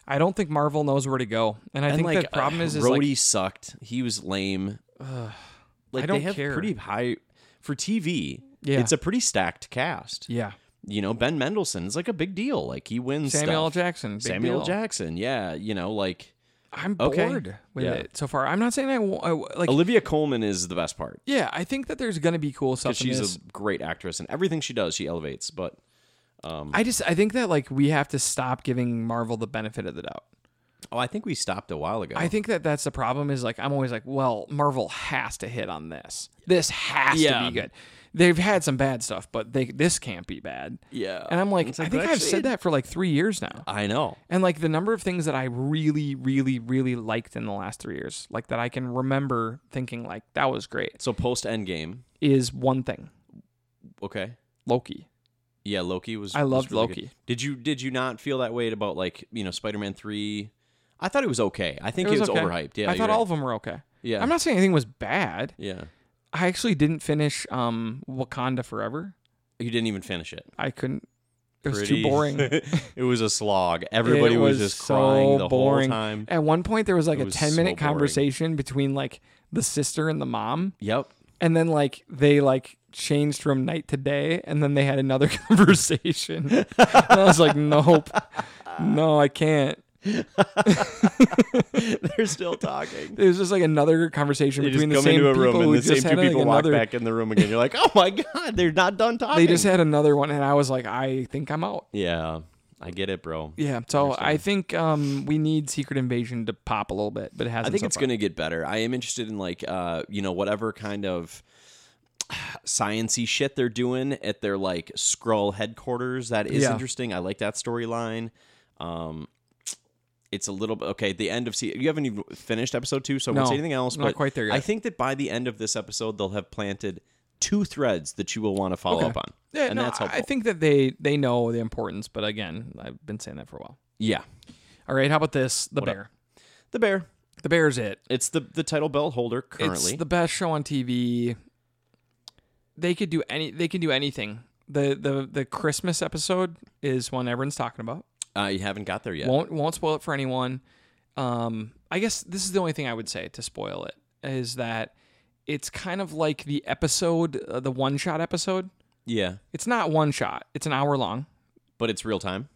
A: I don't think Marvel knows where to go. And I
B: And
A: think
B: like
A: the problem
B: uh,
A: is, is
B: Rhodey
A: like,
B: sucked. He was lame. like
A: I don't
B: they have
A: care.
B: pretty high for TV.
A: Yeah.
B: it's a pretty stacked cast.
A: yeah,
B: You know, Ben Mendelsohn is like a big deal. Like he wins
A: Samuel L.
B: stuff.
A: Jackson, big
B: Samuel
A: deal.
B: Jackson. Yeah, you know, like
A: I'm
B: Okay.
A: bored with
B: Yeah.
A: it so far. I'm not saying I, wa- I wa- like.
B: Olivia Coleman is the best part.
A: yeah, I think that there's gonna be cool stuff. in
B: She's
A: this.
B: a great actress, and everything she does, she elevates. But
A: I just I think that like we have to stop giving Marvel the benefit of the doubt.
B: oh, I think we stopped a while ago.
A: I think that that's the problem. Is like I'm always like, well, Marvel has to hit on this. This has
B: Yeah.
A: to be good. They've had some bad stuff, but they this can't be bad.
B: Yeah.
A: and I'm like,
B: It's
A: I
B: like,
A: think
B: well,
A: I've
B: actually,
A: said
B: it-
A: that for like three years now.
B: I know.
A: And like the number of things that I really, really, really liked in the last three years, like that I can remember thinking like that was great,
B: So post Endgame,
A: is one thing
B: okay.
A: Loki.
B: Yeah, Loki was.
A: I
B: was
A: loved
B: really
A: Loki.
B: good. Did you did you not feel that way about like you know Spider Man three? I thought it was okay. I think it was,
A: okay.
B: overhyped. Yeah,
A: I
B: you're
A: thought
B: right.
A: all of them were okay.
B: Yeah.
A: I'm not saying anything was bad.
B: Yeah,
A: I actually didn't finish um Wakanda Forever.
B: you didn't even finish it.
A: I couldn't. It was
B: Pretty-
A: too boring.
B: it was a slog. Everybody
A: It
B: was,
A: was
B: just
A: so
B: crying the
A: boring.
B: whole time.
A: At one point, there was like
B: It
A: a
B: was
A: 10
B: so
A: minute
B: boring.
A: conversation between like the sister and the mom.
B: Yep.
A: and then like they like changed from night to day, and then they had another conversation. and I was like, nope, no, I can't.
B: They're still talking.
A: It was just like another conversation
B: They just
A: between the
B: come
A: same
B: into a
A: people
B: room
A: who
B: and the same
A: just
B: two
A: had, like,
B: people walk
A: another-
B: back in the room again. You're like, oh my god, they're not done talking.
A: They just had another one, and I was like, I think I'm out.
B: yeah, I get it, bro.
A: Yeah, so I think um, we need Secret Invasion to pop a little bit, but it hasn't.
B: I think
A: so
B: it's
A: far.
B: going to get better. I am interested in like uh, you know whatever kind of sciency shit they're doing at their like scroll headquarters. That is
A: Yeah.
B: interesting. I like that storyline. Um, it's a little bit okay. The end of se- you haven't even finished episode two, so I won't
A: No,
B: say anything else.
A: not
B: but
A: quite there yet.
B: I think that by the end of this episode, they'll have planted two threads that you will want to follow
A: Okay.
B: up on,
A: Yeah,
B: and
A: no,
B: that's helpful.
A: I think that they they know the importance, but again, I've been saying that for a while.
B: yeah,
A: All right, how about this? The
B: up?
A: Bear.
B: the bear.
A: The Bear's it.
B: It's the the title belt holder currently.
A: It's the best show on TV. They could do any. They can do anything. the the The Christmas episode is one everyone's talking about.
B: uh, you haven't got there yet.
A: Won't won't spoil it for anyone. Um, I guess this is the only thing I would say to spoil it is that it's kind of like the episode, uh, the one shot episode.
B: yeah,
A: It's not one shot. It's an hour long.
B: but it's real time,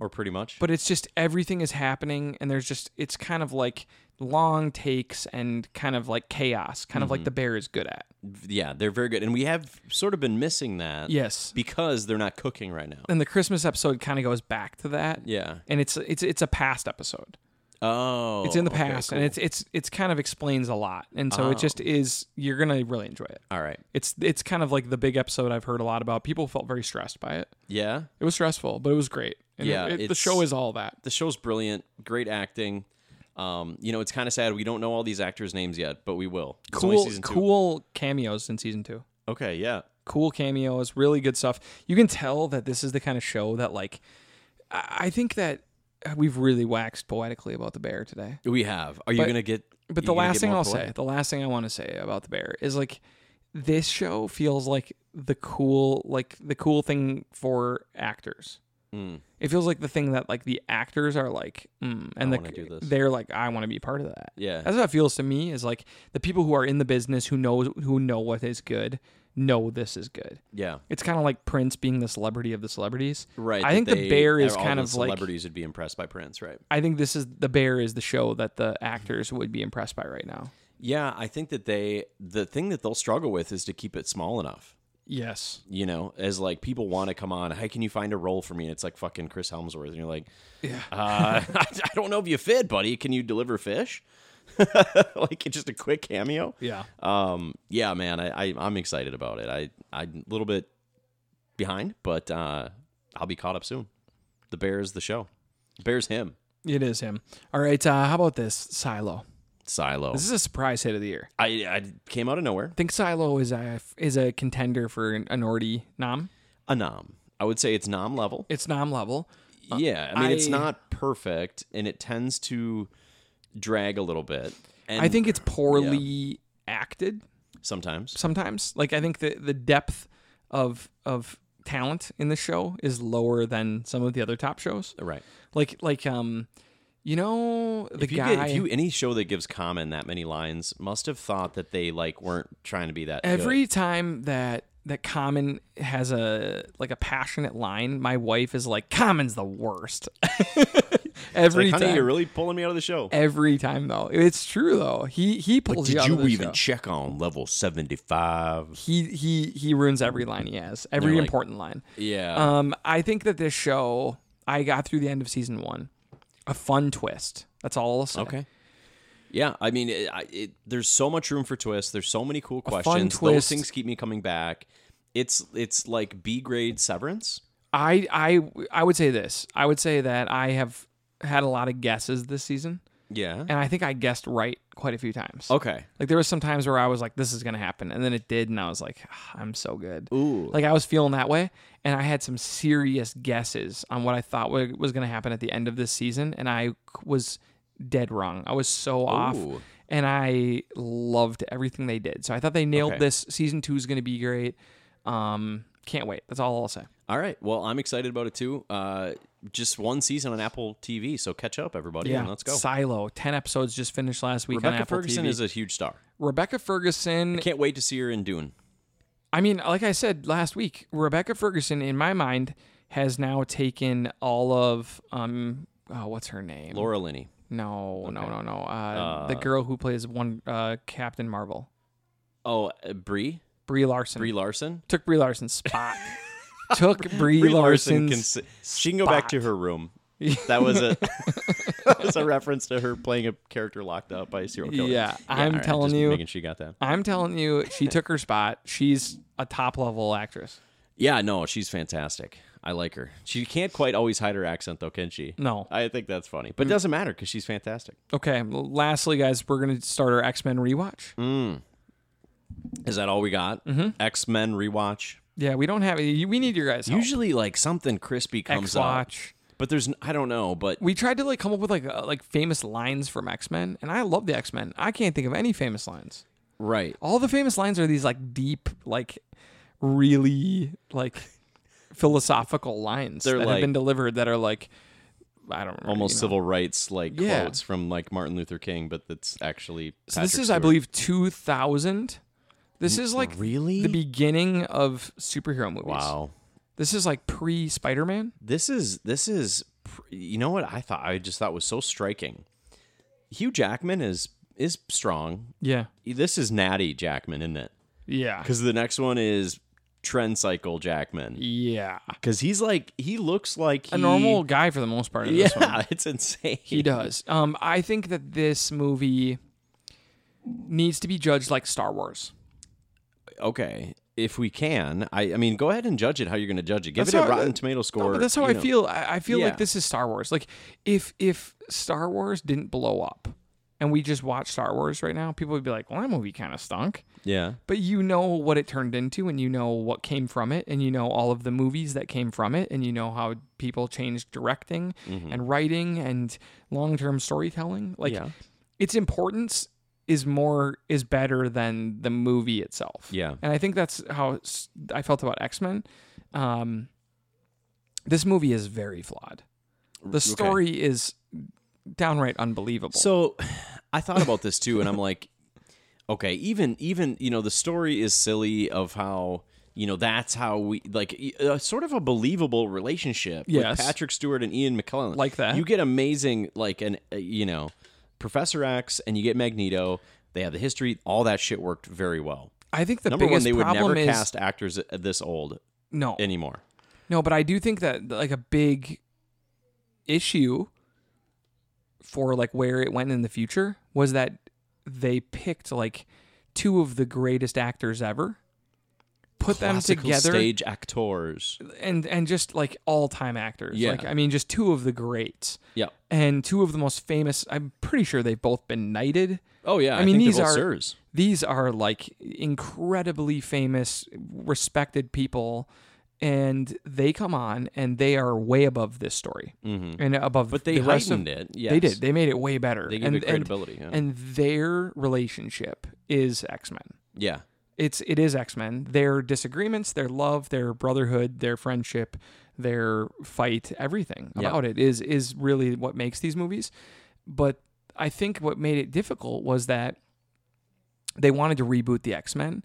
B: or pretty much.
A: but it's just everything is happening and there's just it's kind of like long takes and kind of like chaos kind of like the bear is good at
B: Yeah, they're very good, and we have sort of been missing that.
A: yes
B: because they're not cooking right now.
A: and the christmas episode kind of goes back to that
B: Yeah.
A: and it's it's it's a past episode
B: Oh,
A: it's in the
B: okay,
A: past
B: cool. Oh.
A: and it's it's it's kind of explains a lot and so it just is you're gonna really enjoy it
B: all right.
A: it's it's kind of like the big episode i've heard a lot about people felt very stressed by it
B: Yeah,
A: it was stressful but it was great and
B: Yeah,
A: it- it- the
B: it's-
A: show is all that
B: the show's brilliant. Great acting. Um, you know, it's kind of sad we don't know all these actors' names yet, but we will. It's only
A: cool
B: season two.
A: cool cameos in season two
B: Okay, yeah,
A: cool cameos, really good stuff. You can tell that this is the kind of show that like I I think that we've really waxed poetically about the bear today.
B: we have. Are you
A: But-
B: gonna get?
A: But
B: you
A: the
B: gonna
A: last
B: get
A: thing
B: more
A: I'll
B: poetic?
A: say, the last thing I want to say about the bear is like this show feels like the cool like the cool thing for actors.
B: Mm.
A: It feels like the thing that like the actors are like, mm, and
B: wanna
A: the,
B: do this.
A: they're like, I want to be part of that.
B: Yeah.
A: That's how it feels to me. Is like the people who are in the business who knows who know what is good know this is good
B: Yeah,
A: it's kind of like Prince being the celebrity of the celebrities.
B: right.
A: I
B: that
A: think the
B: they-
A: bear is
B: all
A: kind
B: the
A: of like.
B: celebrities would be impressed by Prince, right?
A: I think this is the bear is the show that the actors would be impressed by right now.
B: Yeah, I think that they the thing that they'll struggle with is to keep it small enough.
A: Yes.
B: you know, as like people want to come on. How can you find a role for me? And it's like fucking Chris Helmsworth, and you're like,
A: Yeah.
B: uh, I, I don't know if you fit, buddy. Can you deliver fish? like it's just a quick cameo.
A: Yeah.
B: Um, yeah, man, I, I I'm excited about it. I I'm a little bit behind, but uh, I'll be caught up soon. The Bears, the show, Bears, him,
A: It is him. All right. Uh, how about this Silo?
B: Silo.
A: This is a surprise hit of the year.
B: I I came out of nowhere.
A: I think Silo is a is a contender for an, an already nom.
B: A nom. I would say it's nom level.
A: It's nom level.
B: Yeah, I mean it's
A: Uh, I-
B: not perfect, and it tends to drag a little bit. And
A: I think it's poorly acted
B: sometimes.
A: sometimes. Like I think the the depth of of talent in the show is lower than some of the other top shows.
B: Right.
A: like like um you know the
B: If you,
A: guy
B: get, if you any show that gives Common that many lines must have thought that they like weren't trying to be that
A: every time that that common has a like a passionate line my wife is like common's the worst
B: Good.
A: every
B: Like, honey,
A: time
B: you're really pulling me out of the show.
A: every time though it's true though he he pulls you
B: Did
A: out of
B: you
A: the
B: even
A: show.
B: check on level seventy five?
A: he he he ruins every line he has every important line
B: Yeah.
A: um i think that this show i got through the end of season one a fun twist that's all i'll say
B: okay. Yeah, I mean, it, I- it, there's so much room for twists. There's so many cool
A: fun
B: questions. Those
A: twist.
B: things keep me coming back. It's it's like B grade Severance.
A: I I I would say this. I would say that I have had a lot of guesses this season,
B: Yeah.
A: and I think I guessed right quite a few times.
B: Okay.
A: Like there was some times where I was like, "This is gonna happen," and then it did, and I was like, "Ah, "I'm so good."
B: Ooh.
A: Like I was feeling that way, and I had some serious guesses on what I thought wa- was gonna happen at the end of this season, and I c- was dead wrong. I was so off.
B: Ooh.
A: And I loved everything they did. So I thought they nailed
B: Okay.
A: this. Season two is going to be great. Um, can't wait. That's all I'll say.
B: All right. Well, I'm excited about it too. Uh, just one season on Apple TV, so catch up, everybody, and let's go.
A: Silo, ten episodes just finished last week on
B: Rebecca
A: Apple
B: Ferguson
A: TV.
B: is a huge star.
A: Rebecca Ferguson.
B: Can't wait to see her in Dune.
A: I mean, like I said last week, Rebecca Ferguson, in my mind, has now taken all of um, oh, what's her name?
B: Laura Linney.
A: No, no, no, no. Uh, the girl who plays one uh, Captain Marvel,
B: Oh, uh, Brie?
A: Brie Larson.
B: Brie Larson?
A: Took Brie Larson's spot. Took Brie,
B: Brie Larson
A: Larson's.
B: can si- she can go back to her room. That was a that was a reference to her playing a character locked up by a serial killer.
A: Yeah, I'm
B: all right,
A: telling
B: just
A: you.
B: making she got that.
A: I'm telling you, she took her spot. She's a top level actress.
B: Yeah, no, she's fantastic. I like her. She can't quite always hide her accent though, can she?
A: No.
B: I think that's funny, but it doesn't matter because she's fantastic.
A: Okay. well, Lastly, guys, we're gonna start our X Men rewatch.
B: Mm. Is that all we got?
A: Mm-hmm.
B: X Men rewatch.
A: Yeah, we don't have. We need your guys. Help.
B: Usually, like something crispy
A: X
B: comes up,
A: Watch.
B: but there's n- I don't know, but
A: We tried to like come up with like uh, like famous lines from X Men, and I love the X Men. I can't think of any famous lines.
B: right.
A: All the famous lines are these like deep, like really like philosophical lines
B: They're
A: that have
B: like-
A: been delivered that are like I don't remember,
B: Almost
A: you know.
B: civil rights like
A: Yeah.
B: quotes from like Martin Luther King, but that's actually
A: So this is, I believe, two thousand. This is like
B: Mm, really?
A: the beginning of superhero movies.
B: wow.
A: This is like pre Spider Man.
B: This is this is pr- you know what I thought I just thought was so striking. Hugh Jackman is is strong.
A: Yeah.
B: This is Natty Jackman, isn't it?
A: Yeah.
B: Because the next one is Trend Cycle Jackman.
A: Yeah.
B: Because he's like he looks like
A: A
B: he-
A: normal guy for the most part. In This one.
B: Yeah, it's insane.
A: He does. Um, I think that this movie needs to be judged like Star Wars.
B: okay, if we can, I, I mean, go ahead and judge it how you're going to judge it. Give
A: That's
B: it a
A: how- uh,
B: Rotten Tomato score.
A: But that's how
B: you
A: I
B: know.
A: feel. I, I feel
B: Yeah.
A: like this is Star Wars. Like if if Star Wars didn't blow up and we just watch Star Wars right now, people would be like, "Well, that movie kind of stunk."
B: Yeah,
A: But you know what it turned into, and you know what came from it, and you know all of the movies that came from it, and you know how people changed directing and writing and long term storytelling. Like
B: Mm-hmm. Yeah.
A: its importance is more is better than the movie itself.
B: Yeah.
A: and I think that's how s- I felt about X Men. Um, this movie is very flawed. The story is downright unbelievable.
B: So I thought about this too, and I'm like, okay, even even you know the story is silly of how you know that's how we like y- uh, sort of a believable relationship
A: Yes.
B: with Patrick Stewart and Ian McKellen
A: Like that.
B: You get amazing like an uh, you know Professor X, and you get Magneto. They have the history. All that shit worked very well.
A: I think the
B: Number one,
A: biggest
B: they would
A: problem
B: never
A: is
B: cast actors uh, this old
A: no
B: anymore.
A: No, but I do think that like a big issue for like where it went in the future was that they picked like two of the greatest actors ever, put them
B: Classical
A: together,
B: stage actors.
A: and and just like all time actors.
B: Yeah.
A: Like I mean, just two of the greats
B: Yeah.
A: and two of the most famous. I'm pretty sure they've both been knighted.
B: Oh yeah.
A: I, mean,
B: think
A: these
B: they're
A: are
B: both Sirs.
A: these are like incredibly famous, respected people, and they come on and they are way above this story and above.
B: Mm-hmm. but they
A: the rest of,
B: heightened it. Yes.
A: They did. They made it way better.
B: They gave
A: and,
B: it credibility. yeah.
A: And, and their relationship is X Men.
B: yeah.
A: It's it is X Men. Their disagreements, their love, their brotherhood, their friendship, their fight, everything about it is is really what makes these movies. But I think what made it difficult was that they wanted to reboot the X Men,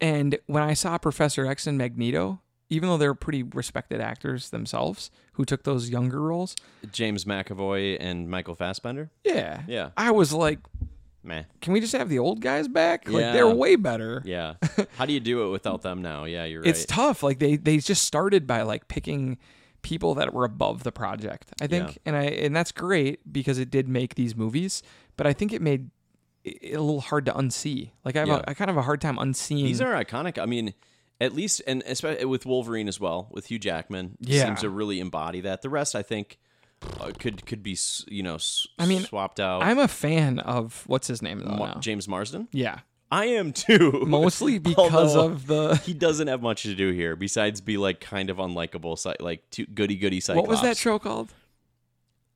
A: and when I saw Professor X and Magneto, even though they're pretty respected actors themselves who took those younger roles,
B: James McAvoy and Michael Fassbender.
A: yeah,
B: Yeah.
A: I was like,
B: Meh.
A: can we just have the old guys back? Like
B: Yeah.
A: they're way better.
B: Yeah. How do you do it without them now? Yeah, you're right.
A: it's tough. Like they they just started by like picking people that were above the project. I think,
B: Yeah.
A: and I and that's great because it did make these movies. But I think it made it a little hard to unsee. Like I have
B: Yeah.
A: a, I kind of have a hard time unseeing.
B: These are iconic. I mean, at least and especially with Wolverine as well, with Hugh Jackman,
A: Yeah.
B: seems to really embody that. The rest, I think, uh, could could be s- you know s- I
A: mean,
B: swapped out.
A: I'm a fan of what's his name though.
B: Ma-
A: now.
B: James Marsden.
A: Yeah,
B: I am too.
A: mostly because
B: Although-
A: of the
B: he doesn't have much to do here besides be like kind of unlikable, cy- like too goody goody
A: what
B: cyclops.
A: was that show called?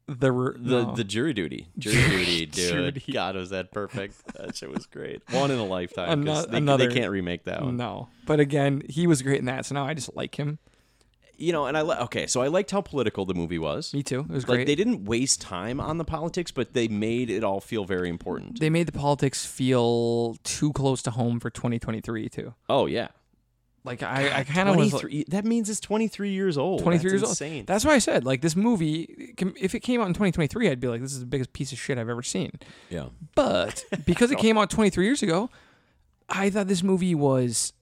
A: The Re-
B: The
A: no.
B: the jury duty, jury duty,
A: Jury
B: dude. God, was that perfect? That shit was great. One in a lifetime. 'cause
A: Ano-
B: they,
A: another- Mm.
B: they can't remake that one.
A: no, but again, he was great in that, so now I just like him.
B: You know, and I li- okay. So I liked how political the movie was.
A: Me too. It was
B: Like
A: great.
B: they didn't waste time on the politics, but they made it all feel very important.
A: they made the politics feel too close to home for 2023 too.
B: Oh yeah,
A: Like I, I kind of was like,
B: 23 that means it's 23 years old.
A: 23
B: That's
A: years
B: insane.
A: old. That's why I said like this movie. com- If it came out in 2023, I'd be like, this is the biggest piece of shit I've ever seen.
B: yeah.
A: But because it came out 23 years ago, I thought this movie was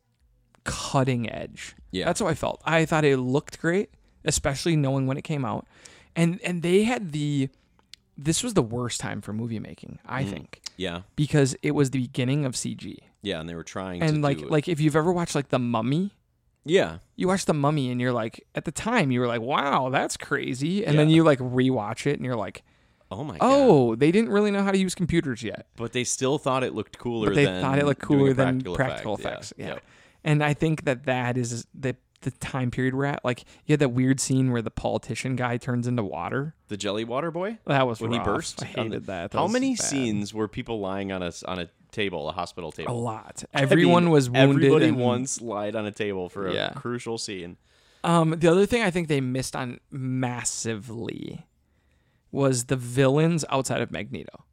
A: cutting edge.
B: Yeah.
A: That's how I felt. I thought it looked great, especially knowing when it came out. And and they had the this was the worst time for movie making,
B: Mm.
A: I think,
B: Yeah.
A: because it was the beginning of CG.
B: Yeah, and they were trying to
A: And like
B: do it.
A: like if you've ever watched like The Mummy,
B: Yeah.
A: you watch The Mummy and you're like at the time you were like, "Wow, that's crazy." And then you like rewatch it and you're like,
B: Oh my god.
A: "Oh, they didn't really know how to use computers yet."
B: But they still thought it looked cooler
A: but they
B: than
A: thought it looked
B: doing a
A: cooler than
B: practical
A: practical
B: effect.
A: effects. Yeah.
B: Yep.
A: And I think that that is the the time period we're at. Like you had that weird scene where the politician guy turns into water.
B: The jelly water boy?
A: That was
B: When
A: rough.
B: he burst?
A: I
B: on the-
A: hated that. That
B: How
A: was
B: many
A: bad.
B: scenes were people lying on a s- on a table, a hospital
A: A
B: table?
A: lot.
B: I mean,
A: Oh, Everyone was wounded.
B: Everybody
A: and-
B: once lied on a table for a
A: Yeah.
B: crucial scene.
A: Um, the other thing I think they missed on massively was the villains outside of Magneto.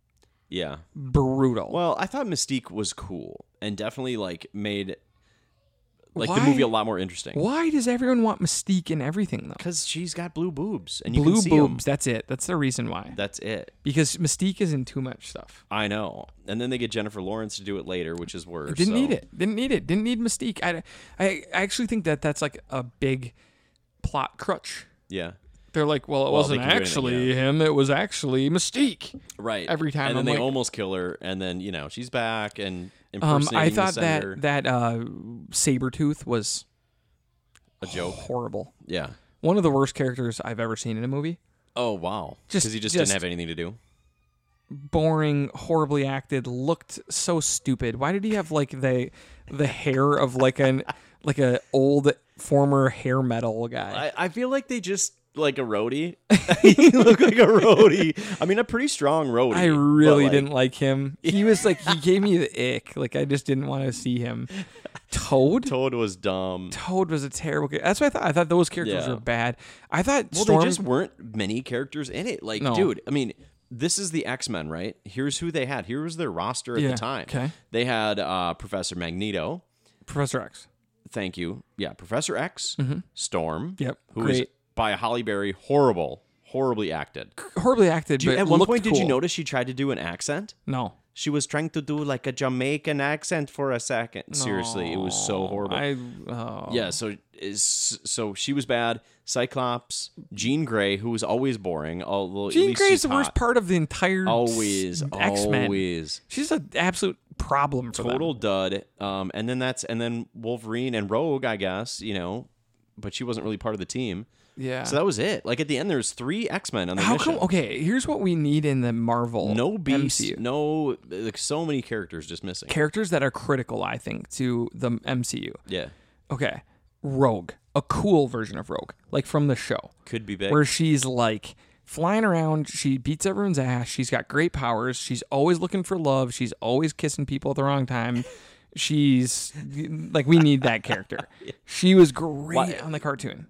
B: Yeah.
A: Brutal.
B: Well, I thought Mystique was cool and definitely like made like the
A: Why-
B: movie a lot more interesting.
A: Why does everyone want Mystique in everything though?
B: Because she's got blue boobs and you
A: Blue
B: can see 'em.
A: boobs. That's it. That's the reason why.
B: That's it.
A: Because Mystique is in too much stuff.
B: I know. And then they get Jennifer Lawrence to do it later, which is worse.
A: Didn't
B: so-
A: need it. Didn't need it. Didn't need Mystique. I, I, I actually think that that's like a big plot crutch.
B: Yeah.
A: They're like, well, it wasn't
B: can do anything,
A: actually him. It was actually Mystique.
B: Right.
A: Every time
B: And then
A: I'm
B: they
A: like-
B: almost kill her, and then you know she's back and
A: Um,
B: impersonating
A: I
B: the
A: thought that
B: senator.
A: that uh, Sabretooth was
B: a joke.
A: horrible.
B: Yeah.
A: One of the worst characters I've ever seen in a movie.
B: Oh wow.
A: Just-
B: Because he just,
A: just-
B: didn't have anything to do.
A: Boring, horribly acted, looked so stupid. Why did he have like the the hair of like an like a old former hair metal guy?
B: I, I feel like they just like a roadie. he looked like a roadie. I mean, a pretty strong roadie.
A: I
B: but,
A: really
B: like,
A: didn't like him. He was like he gave me the ick. Like I just didn't want to see him. Toad.
B: Toad was dumb.
A: Toad was a terrible. Character. That's what I thought. I thought those characters
B: Yeah.
A: were bad. I thought
B: Well,
A: Storm.
B: there just weren't many characters in it. Like,
A: No.
B: dude, I mean, this is the X Men, right? Here's who they had. Here was their roster at
A: Yeah,
B: the time.
A: okay.
B: They had uh, Professor Magneto.
A: Professor X.
B: Thank you. Yeah, Professor X, Storm.
A: Mm-hmm. Yep,
B: who is
A: great.
B: by Holly Berry, horrible, horribly acted.
A: Horribly acted. but
B: At one
A: looked
B: point, did you
A: cool.
B: notice she tried to do an accent?
A: No.
B: She was trying to do like a Jamaican accent for a second. Seriously, it was so horrible.
A: I. Oh.
B: Yeah, so is so she was bad. Cyclops, Jean Grey, wey was always boring. Although at
A: Jean
B: least
A: Grey
B: she's
A: is the worst
B: hot.
A: part of the entire s-
B: Always,
A: X-Men.
B: always
A: She's an absolute problem for them.
B: total dud. Um, and then that's and then Wolverine and Rogue, I guess you know, but she wasn't really part of the team.
A: Yeah.
B: So that was it. Like at the end, there was three X Men on the
A: How
B: mission.
A: come? Okay, here's what we need in the Marvel.
B: no beast,
A: MCU.
B: no like so many characters just missing.
A: Characters that are critical, I think, to the MCU.
B: yeah,
A: okay, Rogue, a cool version of Rogue, like from the show,
B: could be big.
A: where she's like flying around, she beats everyone's ass, she's got great powers, she's always looking for love, she's always kissing people at the wrong time. She's like, we need that character. She was great on the cartoon.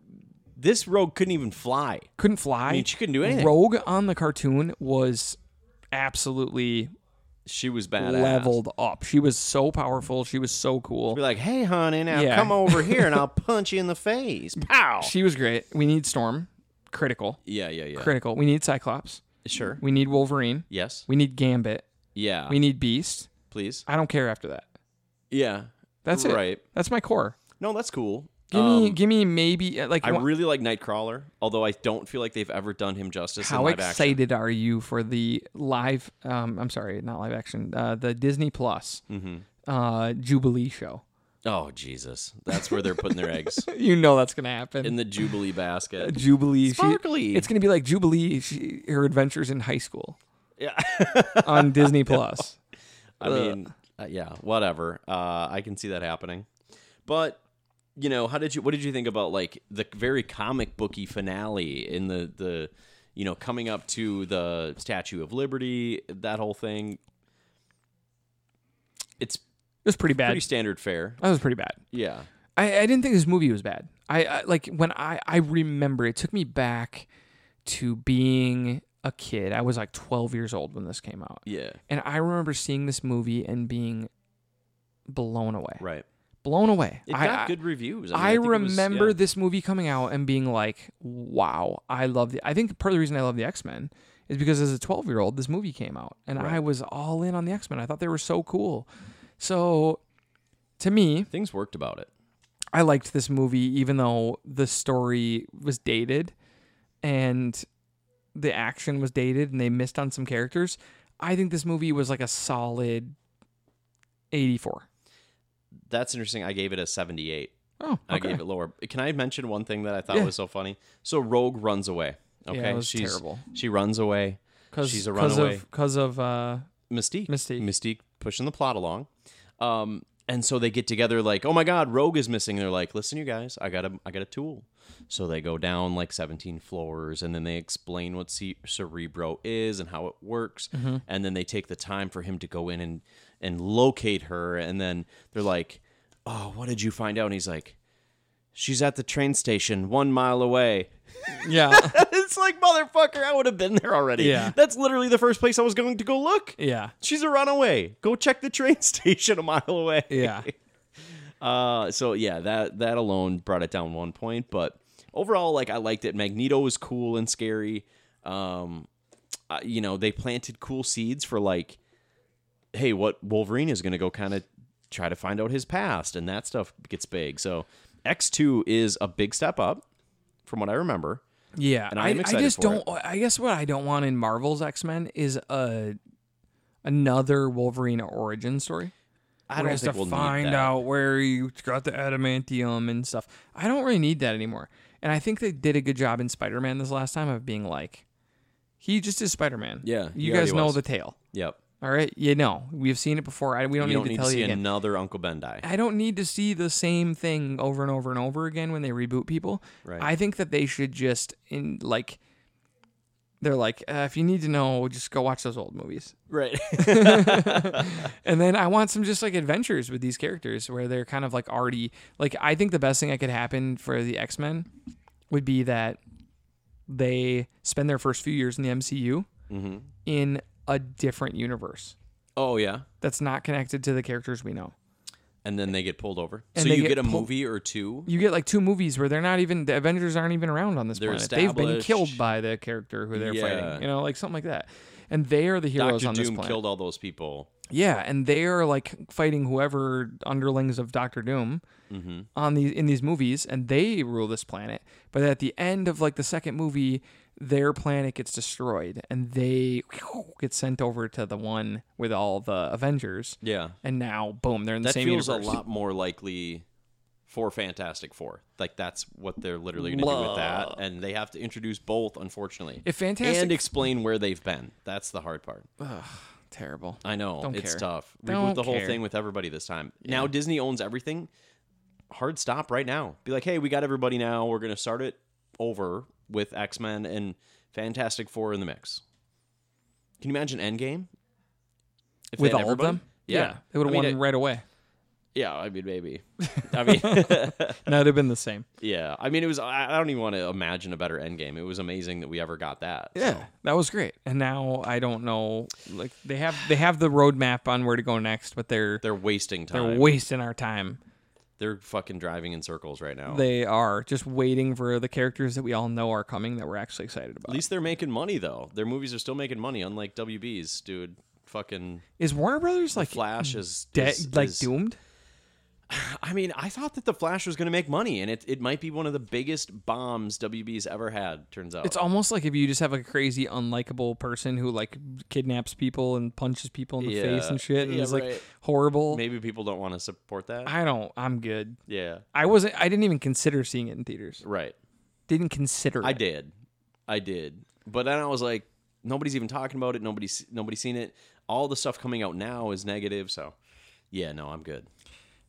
B: this Rogue couldn't even fly.
A: Couldn't fly.
B: mean, she couldn't do anything.
A: Rogue on the cartoon was absolutely
B: She was badass.
A: leveled up. She was so powerful. She was so cool.
B: Be like, hey, honey, now
A: Yeah.
B: come over here and I'll punch you in the face. Pow.
A: She was great. We need Storm. Critical.
B: Yeah, yeah, yeah.
A: Critical. We need Cyclops.
B: Sure.
A: We need Wolverine.
B: Yes.
A: We need Gambit.
B: Yeah.
A: We need Beast.
B: Please.
A: I don't care after that.
B: Yeah.
A: That's it.
B: Right.
A: That's my core.
B: No, that's cool.
A: Give me,
B: Um,
A: give me maybe uh, like
B: I
A: wha-
B: really like Nightcrawler, although I don't feel like they've ever done him justice. in
A: how
B: live action.
A: excited are you for the live? Um, I'm sorry, not live action. Uh, the Disney Plus
B: Mm-hmm.
A: uh, Jubilee show.
B: Oh Jesus, that's where they're putting their eggs
A: You know that's gonna happen.
B: in the Jubilee basket.
A: Jubilee, she-
B: Sparkly.
A: it's gonna be like Jubilee, she, her adventures in high school.
B: Yeah.
A: on Disney Plus.
B: I mean, uh, yeah, whatever. Uh, I can see that happening, but you know, how did you? What did you think about like the very comic booky finale in the the you know coming up to the Statue of Liberty? That whole thing. It's
A: It was pretty bad.
B: pretty standard fare.
A: that was pretty bad.
B: Yeah.
A: I, I didn't think this movie was bad. I, I like when I I remember it took me back to being a kid. I was like 12 years old when this came out,
B: Yeah.
A: and I remember seeing this movie and being blown away.
B: Right.
A: Blown away.
B: It
A: I-
B: got
A: I,
B: good reviews. I, mean,
A: I,
B: think it was-
A: remember
B: yeah.
A: this movie coming out and being like, "Wow, I love the." I think part of the reason I love the X Men is because as a twelve year old, this movie came out, and I was all in on the X Men. I thought they were so cool. So, to me,
B: things worked about it.
A: I liked this movie, even though the story was dated and the action was dated, and they missed on some characters. I think this movie was like a solid eighty-four.
B: That's interesting. I gave it a 78.
A: Oh,
B: I
A: okay.
B: gave it lower. Can I mention one thing that I thought
A: Yeah.
B: was so funny? So Rogue runs away. Okay,
A: it was
B: she's
A: terrible.
B: She runs away.
A: Cause,
B: She's a
A: 'cause
B: runaway.
A: of because of uh,
B: Mystique.
A: Mystique.
B: Mystique pushing the plot along. Um, and so they get together like, oh my God, Rogue is missing. They're like, listen, you guys, I got a, I got a tool. So they go down like 17 floors and then they explain what C- Cerebro is and how it works. And then they take the time for him to go in and, and locate her. And then they're like, oh, what did you find out? And he's like, she's at the train station one mile away.
A: yeah.
B: it's like, motherfucker, I would have been there already.
A: Yeah.
B: That's literally the first place I was going to go look.
A: Yeah.
B: She's a runaway. Go check the train station a mile away.
A: Yeah.
B: Uh, so yeah, that that alone brought it down one point, but overall, like I liked it. Magneto was cool and scary. Um, uh, you know, they planted cool seeds for like, hey, what Wolverine is going to go kind of try to find out his past, and that stuff gets big. So X two is a big step up from what I remember.
A: Yeah.
B: And
A: I,
B: I am
A: I
B: excited
A: just
B: for
A: don't I guess what I don't want in Marvel's X-Men is a another Wolverine origin story.
B: I
A: Where
B: don't
A: he has
B: think
A: to
B: we'll
A: find
B: need that.
A: out where he got the adamantium and stuff. I don't really need that anymore. And I think they did a good job in Spider-Man this last time of being like he just is Spider-Man.
B: Yeah, he
A: You guys
B: already
A: know
B: was.
A: the tale.
B: Yep,
A: All right? You know. We've seen it before. I, we don't need
B: you don't
A: to
B: need to
A: tell
B: see
A: you again.
B: another Uncle Ben die.
A: I don't need to see the same thing over and over and over again when they reboot people.
B: Right.
A: I think that they should just in like they're like uh, if you need to know, just go watch those old movies.
B: Right.
A: And then I want some just like adventures with these characters where they're kind of like already like I think the best thing that could happen for the X-Men would be that they spend their first few years in the MCU in a different universe
B: oh yeah.
A: that's not connected to the characters we know.
B: and then they get pulled over.
A: And
B: so
A: they
B: you
A: get
B: get, a
A: pulled-
B: movie or two.
A: you get like two movies where they're not even the Avengers aren't even around on this
B: They're
A: planet. They've been killed
B: established.
A: by the character who they're
B: Yeah.
A: fighting. You know, like something like that. And they are the heroes
B: Doctor
A: on this
B: Doom
A: planet.
B: killed all those people.
A: Yeah, and they are like fighting whoever underlings of Doctor Doom
B: Mm-hmm.
A: on these in these movies, and they rule this planet. But at the end of like the second movie, their planet gets destroyed, and they get sent over to the one with all the Avengers.
B: Yeah,
A: And now, boom, they're in the
B: that
A: same
B: feels
A: universe.
B: a lot more likely for Fantastic Four. Like that's what they're literally going to do with that, and they have to introduce both, unfortunately,
A: If Fantastic
B: and explain where they've been. That's the hard part.
A: terrible.
B: I know
A: Don't
B: it's
A: care.
B: tough. Reboot
A: Don't
B: the whole
A: care.
B: thing with everybody this time. Now Disney owns everything. Hard stop right now. Be like, hey, we got everybody now. We're going to start it over with X Men and Fantastic Four in the mix. Can you imagine Endgame? If they
A: With
B: had
A: all of
B: everybody?
A: them?
B: Yeah.
A: They would
B: I
A: have
B: mean,
A: won
B: it-
A: right away.
B: yeah, I mean, maybe. I mean,
A: No, it'd have been the same.
B: yeah. I mean, it was, I I don't even want to imagine a better Endgame. It was amazing that we ever got that. So,
A: That was great. And now I don't know like they have they have the roadmap on where to go next, but they're
B: They're wasting time.
A: they're
B: They're,
A: wasting our time.
B: fucking driving in circles right now.
A: They are just waiting for the characters that we all know are coming that we're actually excited
B: At
A: about.
B: least they're making money though. Their movies are still making money, unlike WB's, dude. Fucking
A: Is Warner Brothers like
B: Flash is,
A: dead
B: is-
A: like
B: is-
A: doomed?
B: I mean, I thought that the Flash was going to make money, and it, it might be one of the biggest bombs WB's ever had. Turns out,
A: It's almost like if you just have like a crazy unlikable person who like kidnaps people and punches people in the face
B: Yeah.
A: and shit and
B: Yeah,
A: is like
B: right.
A: horrible.
B: maybe people don't want to support that.
A: I don't I'm good.
B: yeah,
A: I wasn't I didn't even consider seeing it in theaters.
B: right.
A: Didn't consider
B: I
A: it.
B: did, I did. But then I was like, nobody's even talking about it. Nobody's nobody's seen it. All the stuff coming out now is negative. So, yeah, no, I'm good.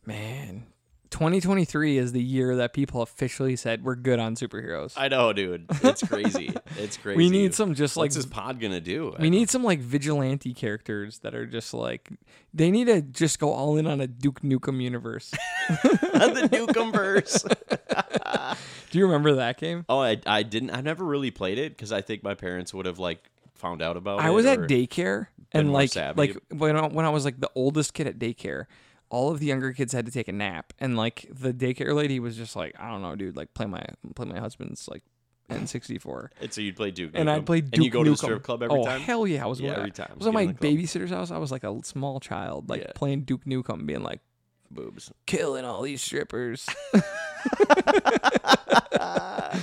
A: Man, 2023 is the year that people officially said we're good on superheroes.
B: I know, dude. It's crazy. it's crazy.
A: we need some just like
B: What's this pod gonna do?
A: we need some like vigilante characters that are just like they need to just go all in on a Duke Nukem universe.
B: the Newcomers.
A: Do you remember that game?
B: Oh, I, I didn't. I never really played it because I think my parents would have like found out about it.
A: I was at
B: or-
A: daycare and
B: more
A: like
B: savvy.
A: like when I, when I was like the oldest kid at daycare, all of the younger kids had to take a nap, and like the daycare lady was just like, I don't know, dude, like play my play my husband's like N64,
B: And so you'd play Duke.
A: and I
B: Nukem.
A: played Duke
B: And you go to the
A: Nukem.
B: strip club every
A: oh,
B: time.
A: hell yeah, I was
B: Yeah,
A: with-
B: every time.
A: I was at
B: Get
A: my
B: in the club.
A: babysitter's house. I was like a small child, like
B: Yeah.
A: playing Duke Nukem, being like
B: boobs.
A: killing all these strippers. that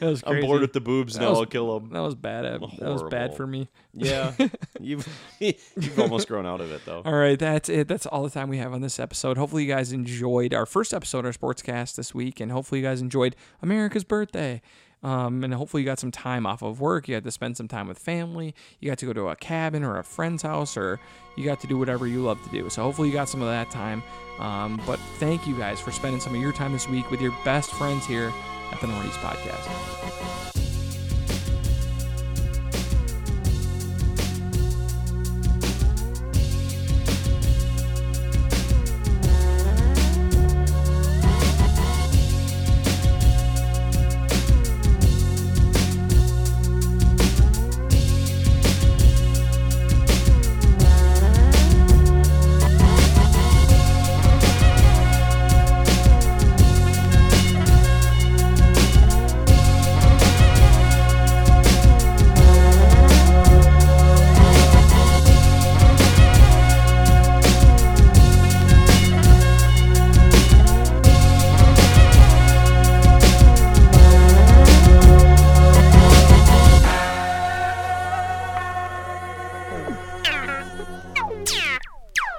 A: was crazy.
B: I'm bored with the boobs.
A: That
B: Now
A: was-
B: I'll kill them.
A: That was bad. Ab. That was bad
B: Horrible.
A: for me.
B: Yeah, you've you've almost grown out of it though.
A: All right, that's it. That's all the time we have on this episode. Hopefully, you guys enjoyed our first episode, our sportscast this week, and hopefully, you guys enjoyed America's birthday. Um, and hopefully, you got some time off of work. You had to spend some time with family. You got to go to a cabin or a friend's house, or you got to do whatever you love to do. So, hopefully, you got some of that time. Um, but thank you guys for spending some of your time this week with your best friends here at the Northeast Podcast.